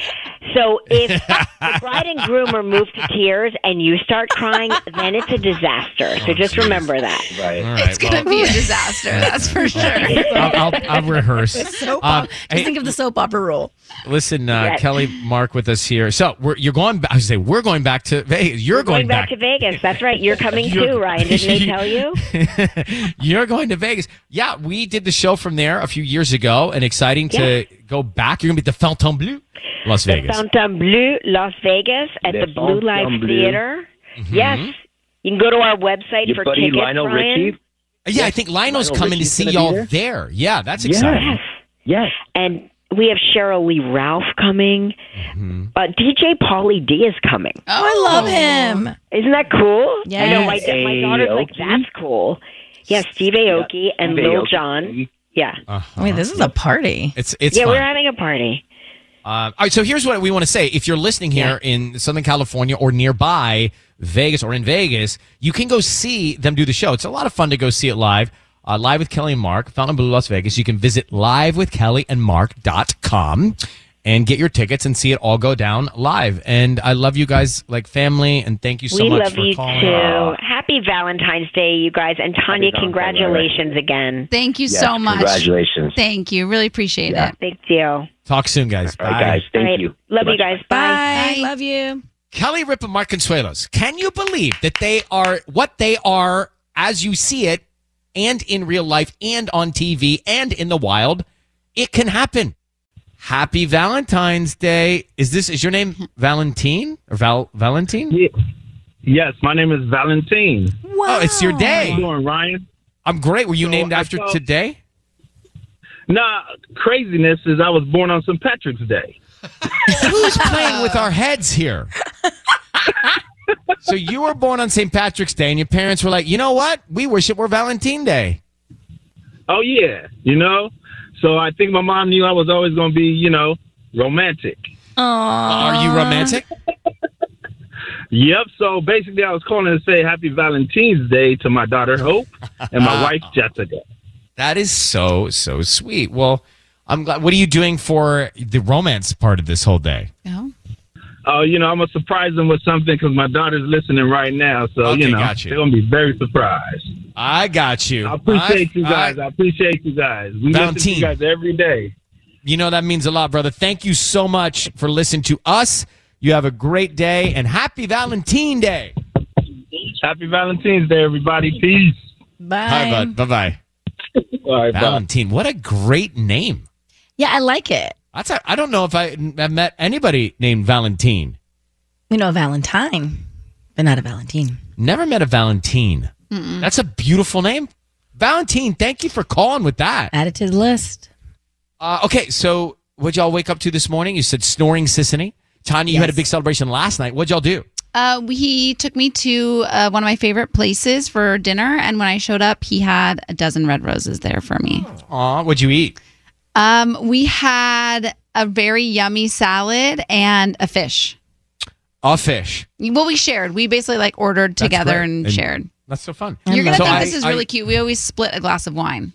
Speaker 18: So if the bride and groom are moved to tears and you start crying, then it's a disaster. So just remember that.
Speaker 19: Right.
Speaker 2: All Oh, right,
Speaker 5: It's gonna be a disaster. That's for sure.
Speaker 2: I'll, I'll, I'll rehearse.
Speaker 1: Soap
Speaker 2: Um,
Speaker 1: opera. Just
Speaker 2: hey,
Speaker 1: think of the soap opera rule.
Speaker 2: listen, uh,
Speaker 18: Yes.
Speaker 2: Kelly, Mark with us here. So we're, you're going. ba- I say we're going back to Vegas. You're
Speaker 18: We're
Speaker 2: going, back.
Speaker 18: to Vegas. That's right. You're coming
Speaker 2: You're-
Speaker 18: too, Ryan. Didn't they tell you?
Speaker 2: You're going to Vegas. Yeah, we did the show from there a few years ago, and exciting to go back. You're gonna be at the Fountainbleau. Las Vegas.
Speaker 18: The Fontainebleau, Las Vegas, at
Speaker 19: The
Speaker 18: the
Speaker 2: Oh,
Speaker 18: Blue Light
Speaker 19: Fontainebleau.
Speaker 18: Theater. Yes. You can go to our
Speaker 19: Mm-hmm.
Speaker 18: website
Speaker 19: Your
Speaker 18: for
Speaker 19: buddy
Speaker 18: tickets,
Speaker 19: Lionel
Speaker 18: Brian.
Speaker 19: Richie?
Speaker 2: Yeah, I think Lionel's
Speaker 19: Lionel
Speaker 2: coming
Speaker 19: Richie's
Speaker 2: to see
Speaker 19: gonna be there?
Speaker 2: y'all there? Yeah, that's exciting.
Speaker 18: Yes. Yes. And we have Cheryl Lee Ralph coming. Uh, DJ Pauly D is coming.
Speaker 4: Oh, I love him.
Speaker 18: Isn't that cool? I know my,
Speaker 19: Yes.
Speaker 18: my daughter's like,
Speaker 19: Aoki?
Speaker 18: that's cool. Yes, Steve Aoki and
Speaker 19: Steve
Speaker 18: Lil
Speaker 19: Aoki.
Speaker 18: Jon. Yeah.
Speaker 2: Uh-huh.
Speaker 4: I mean, this is a party.
Speaker 2: It's it's
Speaker 18: yeah,
Speaker 2: fun.
Speaker 18: we're having a party.
Speaker 2: Um, all right, so here's what we want to say. If you're listening here in Southern California or nearby Vegas or in Vegas, you can go see them do the show. It's a lot of fun to go see it live. Uh, live with Kelly and Mark, Fontainebleau, Las Vegas. You can visit livewithkellyandmark.com and get your tickets and see it all go down live. And I love you guys like family, and thank you so
Speaker 18: we
Speaker 2: much
Speaker 18: love
Speaker 2: for
Speaker 18: you
Speaker 2: calling.
Speaker 18: too. Happy Valentine's Day, you guys. And Tanya, congratulations again.
Speaker 5: Thank you
Speaker 2: Yes,
Speaker 5: so much.
Speaker 2: congratulations.
Speaker 5: Thank you. Really appreciate it.
Speaker 18: Big deal.
Speaker 2: Talk soon, guys. Bye.
Speaker 19: guys. Thank All right. you.
Speaker 18: Love you guys. Bye.
Speaker 4: Love you.
Speaker 2: Kelly Ripa Mark Consuelos, can you believe that they are what they are as you see it and in real life and on TV and in the wild? It can happen. Happy Valentine's Day. Is this is your name Valentine or Val Valentine?
Speaker 20: Yes, my name is Valentine.
Speaker 2: Wow. Oh, it's your day.
Speaker 20: How you doing, Ryan?
Speaker 2: I'm great. Were you named
Speaker 20: I
Speaker 2: after
Speaker 20: thought-
Speaker 2: today?
Speaker 20: Nah, craziness is I was born on St. Patrick's Day.
Speaker 2: Who's playing with our heads here? so you were born on St. Patrick's Day and your parents were like, "You know what? We wish it were Valentine Day."
Speaker 20: Oh yeah, you know. So I think my mom knew I was always going to be, you know, romantic.
Speaker 2: Are you romantic?
Speaker 20: Yep. So basically, I was calling to say Happy Valentine's Day to my daughter Hope and my wife Jessica.
Speaker 2: That is so so sweet. Well, I'm glad. What are you doing for the romance part of this whole day?
Speaker 20: Oh, you know, I'm gonna surprise them with something because my daughter's listening right now. So
Speaker 2: Okay,
Speaker 20: you know,
Speaker 2: got you.
Speaker 20: they're gonna be very surprised.
Speaker 2: I got you.
Speaker 20: I appreciate
Speaker 2: I-
Speaker 20: you guys. I, appreciate you guys. We listen to
Speaker 2: Valentine.
Speaker 20: you guys every day.
Speaker 2: You know that means a lot, brother. Thank you so much for listening to us. You have a great day and happy Valentine Day.
Speaker 20: Happy Valentine's Day, everybody. Peace.
Speaker 4: Bye.
Speaker 2: Hi, bud. Bye bye. Valentine. What a great name.
Speaker 4: Yeah, I like it.
Speaker 2: That's a, I don't know if I have met anybody named Valentine.
Speaker 4: You know, Valentine, but not a Valentine.
Speaker 2: Never met a Valentine. That's a beautiful name. Valentine, thank you for calling with that.
Speaker 4: Add it to the list.
Speaker 2: Uh, okay, so what'd y'all wake up to this morning? You said snoring Sissany. Tanya, you had a big celebration last night. What'd y'all do?
Speaker 5: Uh, he took me to uh, one of my favorite places for dinner, and when I showed up, he had a dozen red roses there for me.
Speaker 2: Aw, what'd you eat?
Speaker 5: Um, we had a very yummy salad and a fish.
Speaker 2: A fish.
Speaker 5: Well, we shared. We basically like ordered
Speaker 2: That's
Speaker 5: together
Speaker 2: great.
Speaker 5: and, shared.
Speaker 2: That's so fun.
Speaker 5: You're gonna
Speaker 2: So
Speaker 5: think
Speaker 2: I-
Speaker 5: this is
Speaker 2: I-
Speaker 5: really cute. We always split a glass of wine.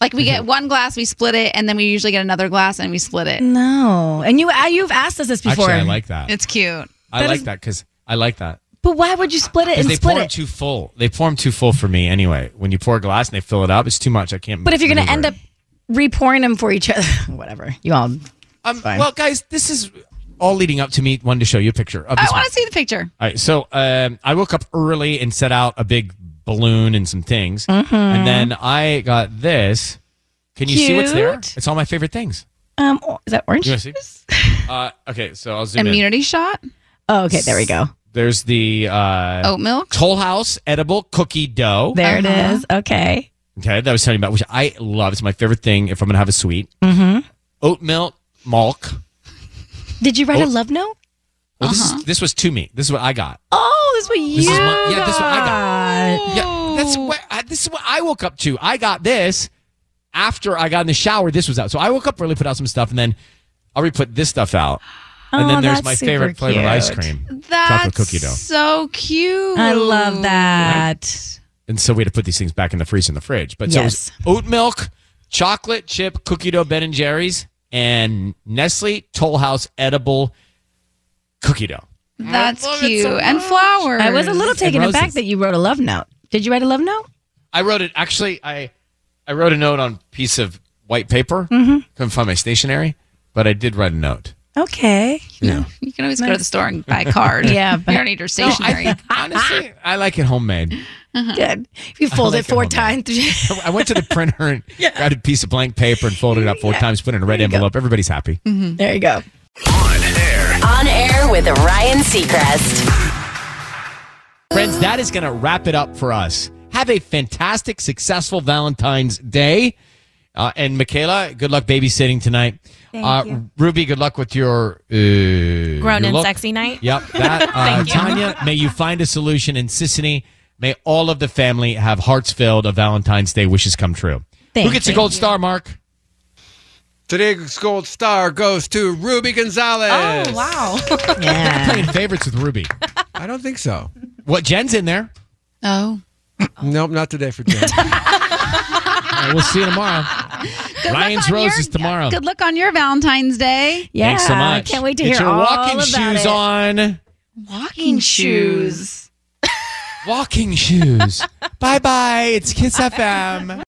Speaker 5: Like we get one glass, we split it, and then we usually get another glass and we split it.
Speaker 4: No, and you uh, you've asked us this before.
Speaker 2: Actually, I like that.
Speaker 5: It's cute.
Speaker 2: I
Speaker 4: That
Speaker 2: like
Speaker 4: is-
Speaker 2: that because I like that.
Speaker 4: But why would you split it
Speaker 2: Because
Speaker 4: and
Speaker 2: they
Speaker 4: split
Speaker 2: pour 'em
Speaker 4: it?
Speaker 2: too full. They pour them too full for me anyway. When you pour a glass and they fill it up, it's too much. I can't.
Speaker 4: But if you're going to
Speaker 2: maneuver
Speaker 4: end
Speaker 2: it.
Speaker 4: up re-pouring them for each other, whatever. You all.
Speaker 2: Um, well, guys, this is all leading up to me wanting to show you a picture of
Speaker 5: I
Speaker 2: this.
Speaker 5: want
Speaker 2: one.
Speaker 5: to see the picture.
Speaker 2: All right, so um, I woke up early and set out a big balloon and some things,
Speaker 4: Mm-hmm.
Speaker 2: and then I got this. Can you see what's there?
Speaker 5: Cute.
Speaker 2: It's all my favorite things.
Speaker 4: Um, is that orange?
Speaker 2: You want to see? Uh, okay, so I'll zoom in.
Speaker 5: Immunity shot.
Speaker 4: Oh, okay. There we go.
Speaker 2: There's the
Speaker 4: Oh.
Speaker 2: uh,
Speaker 5: Oat milk.
Speaker 2: Toll House edible cookie dough.
Speaker 4: There it
Speaker 5: Uh-huh.
Speaker 4: is. Okay.
Speaker 2: Okay, that I was telling you about, which I love. It's my favorite thing if I'm gonna have a sweet
Speaker 4: Mm-hmm.
Speaker 2: oat milk malk.
Speaker 4: Did you write a
Speaker 2: Oh.
Speaker 4: love note?
Speaker 2: Well, this
Speaker 4: Uh-huh.
Speaker 2: is this was to me. This is what I got.
Speaker 4: Oh, this is what you
Speaker 2: This is my- yeah, this is what I
Speaker 4: got.
Speaker 2: Yeah, that's
Speaker 4: Oh.
Speaker 2: what I, this is what I woke up to. I got this after I got in the shower. This was out, so I woke up early, put out some stuff, and then I already put this stuff out. and
Speaker 4: Oh,
Speaker 2: then there's
Speaker 4: that's
Speaker 2: my
Speaker 4: super
Speaker 2: favorite flavor of ice
Speaker 4: cute.
Speaker 2: cream, chocolate
Speaker 5: That's
Speaker 2: cookie dough.
Speaker 5: so cute.
Speaker 4: I love that.
Speaker 2: And so we had to put these things back in the freeze in the fridge. But
Speaker 4: Yes.
Speaker 2: so it was oat milk, chocolate chip cookie dough Ben and Jerry's, and Nestle Toll House edible cookie dough.
Speaker 5: That's cute. and flowers.
Speaker 4: I was a little taken
Speaker 2: roses.
Speaker 4: aback that you wrote a love note. Did you write a love note?
Speaker 2: I wrote it actually. I I
Speaker 14: Mm-hmm.
Speaker 2: wrote a note on a piece of white paper. Couldn't find my stationery, but I did write a note.
Speaker 4: Okay.
Speaker 6: Yeah.
Speaker 5: You can always go to the store and buy a card.
Speaker 4: Yeah,
Speaker 5: you don't need your stationery.
Speaker 2: honestly, I like it homemade.
Speaker 14: Hmm.
Speaker 4: Good. If you
Speaker 2: I
Speaker 4: fold
Speaker 2: like
Speaker 4: it four
Speaker 2: it
Speaker 4: times,
Speaker 2: I went to the printer and grabbed a piece of blank paper and folded it up four times, put it in a red envelope. Everybody's happy.
Speaker 14: Mm-hmm.
Speaker 4: there you go.
Speaker 8: On air with Ryan Seacrest.
Speaker 2: Friends, that is going to wrap it up for us. Have a fantastic, successful Valentine's Day. Uh, and Michaela, good luck babysitting tonight.
Speaker 14: Thank
Speaker 2: uh,
Speaker 14: you.
Speaker 2: Ruby, good luck with your uh, grown
Speaker 14: and sexy night.
Speaker 2: Yep. That, uh,
Speaker 14: Thank you.
Speaker 2: Tanya, may you find a solution. And Sissany, may all of the family have hearts filled of Valentine's Day wishes come true. Who
Speaker 6: Thank
Speaker 2: gets a
Speaker 6: you.
Speaker 2: gold star, Mark?
Speaker 6: Today's gold star goes to Ruby Gonzalez.
Speaker 2: Oh,
Speaker 6: wow.
Speaker 2: Yeah. Playing favorites with Ruby.
Speaker 6: I don't think so.
Speaker 2: What, Jen's in there?
Speaker 5: Oh.
Speaker 6: Nope, not today for Jen.
Speaker 2: All right, we'll see you tomorrow.
Speaker 5: Good luck
Speaker 2: Ryan's
Speaker 5: on
Speaker 2: Rose
Speaker 5: your-
Speaker 2: is tomorrow.
Speaker 5: Good luck on your Valentine's Day.
Speaker 2: Yeah, Thanks so much.
Speaker 4: can't wait to
Speaker 2: Get
Speaker 4: hear
Speaker 2: your
Speaker 4: all
Speaker 2: walking
Speaker 4: about
Speaker 2: shoes
Speaker 4: it.
Speaker 2: on.
Speaker 5: Walking shoes.
Speaker 2: Walking shoes. bye bye. It's Kiss FM.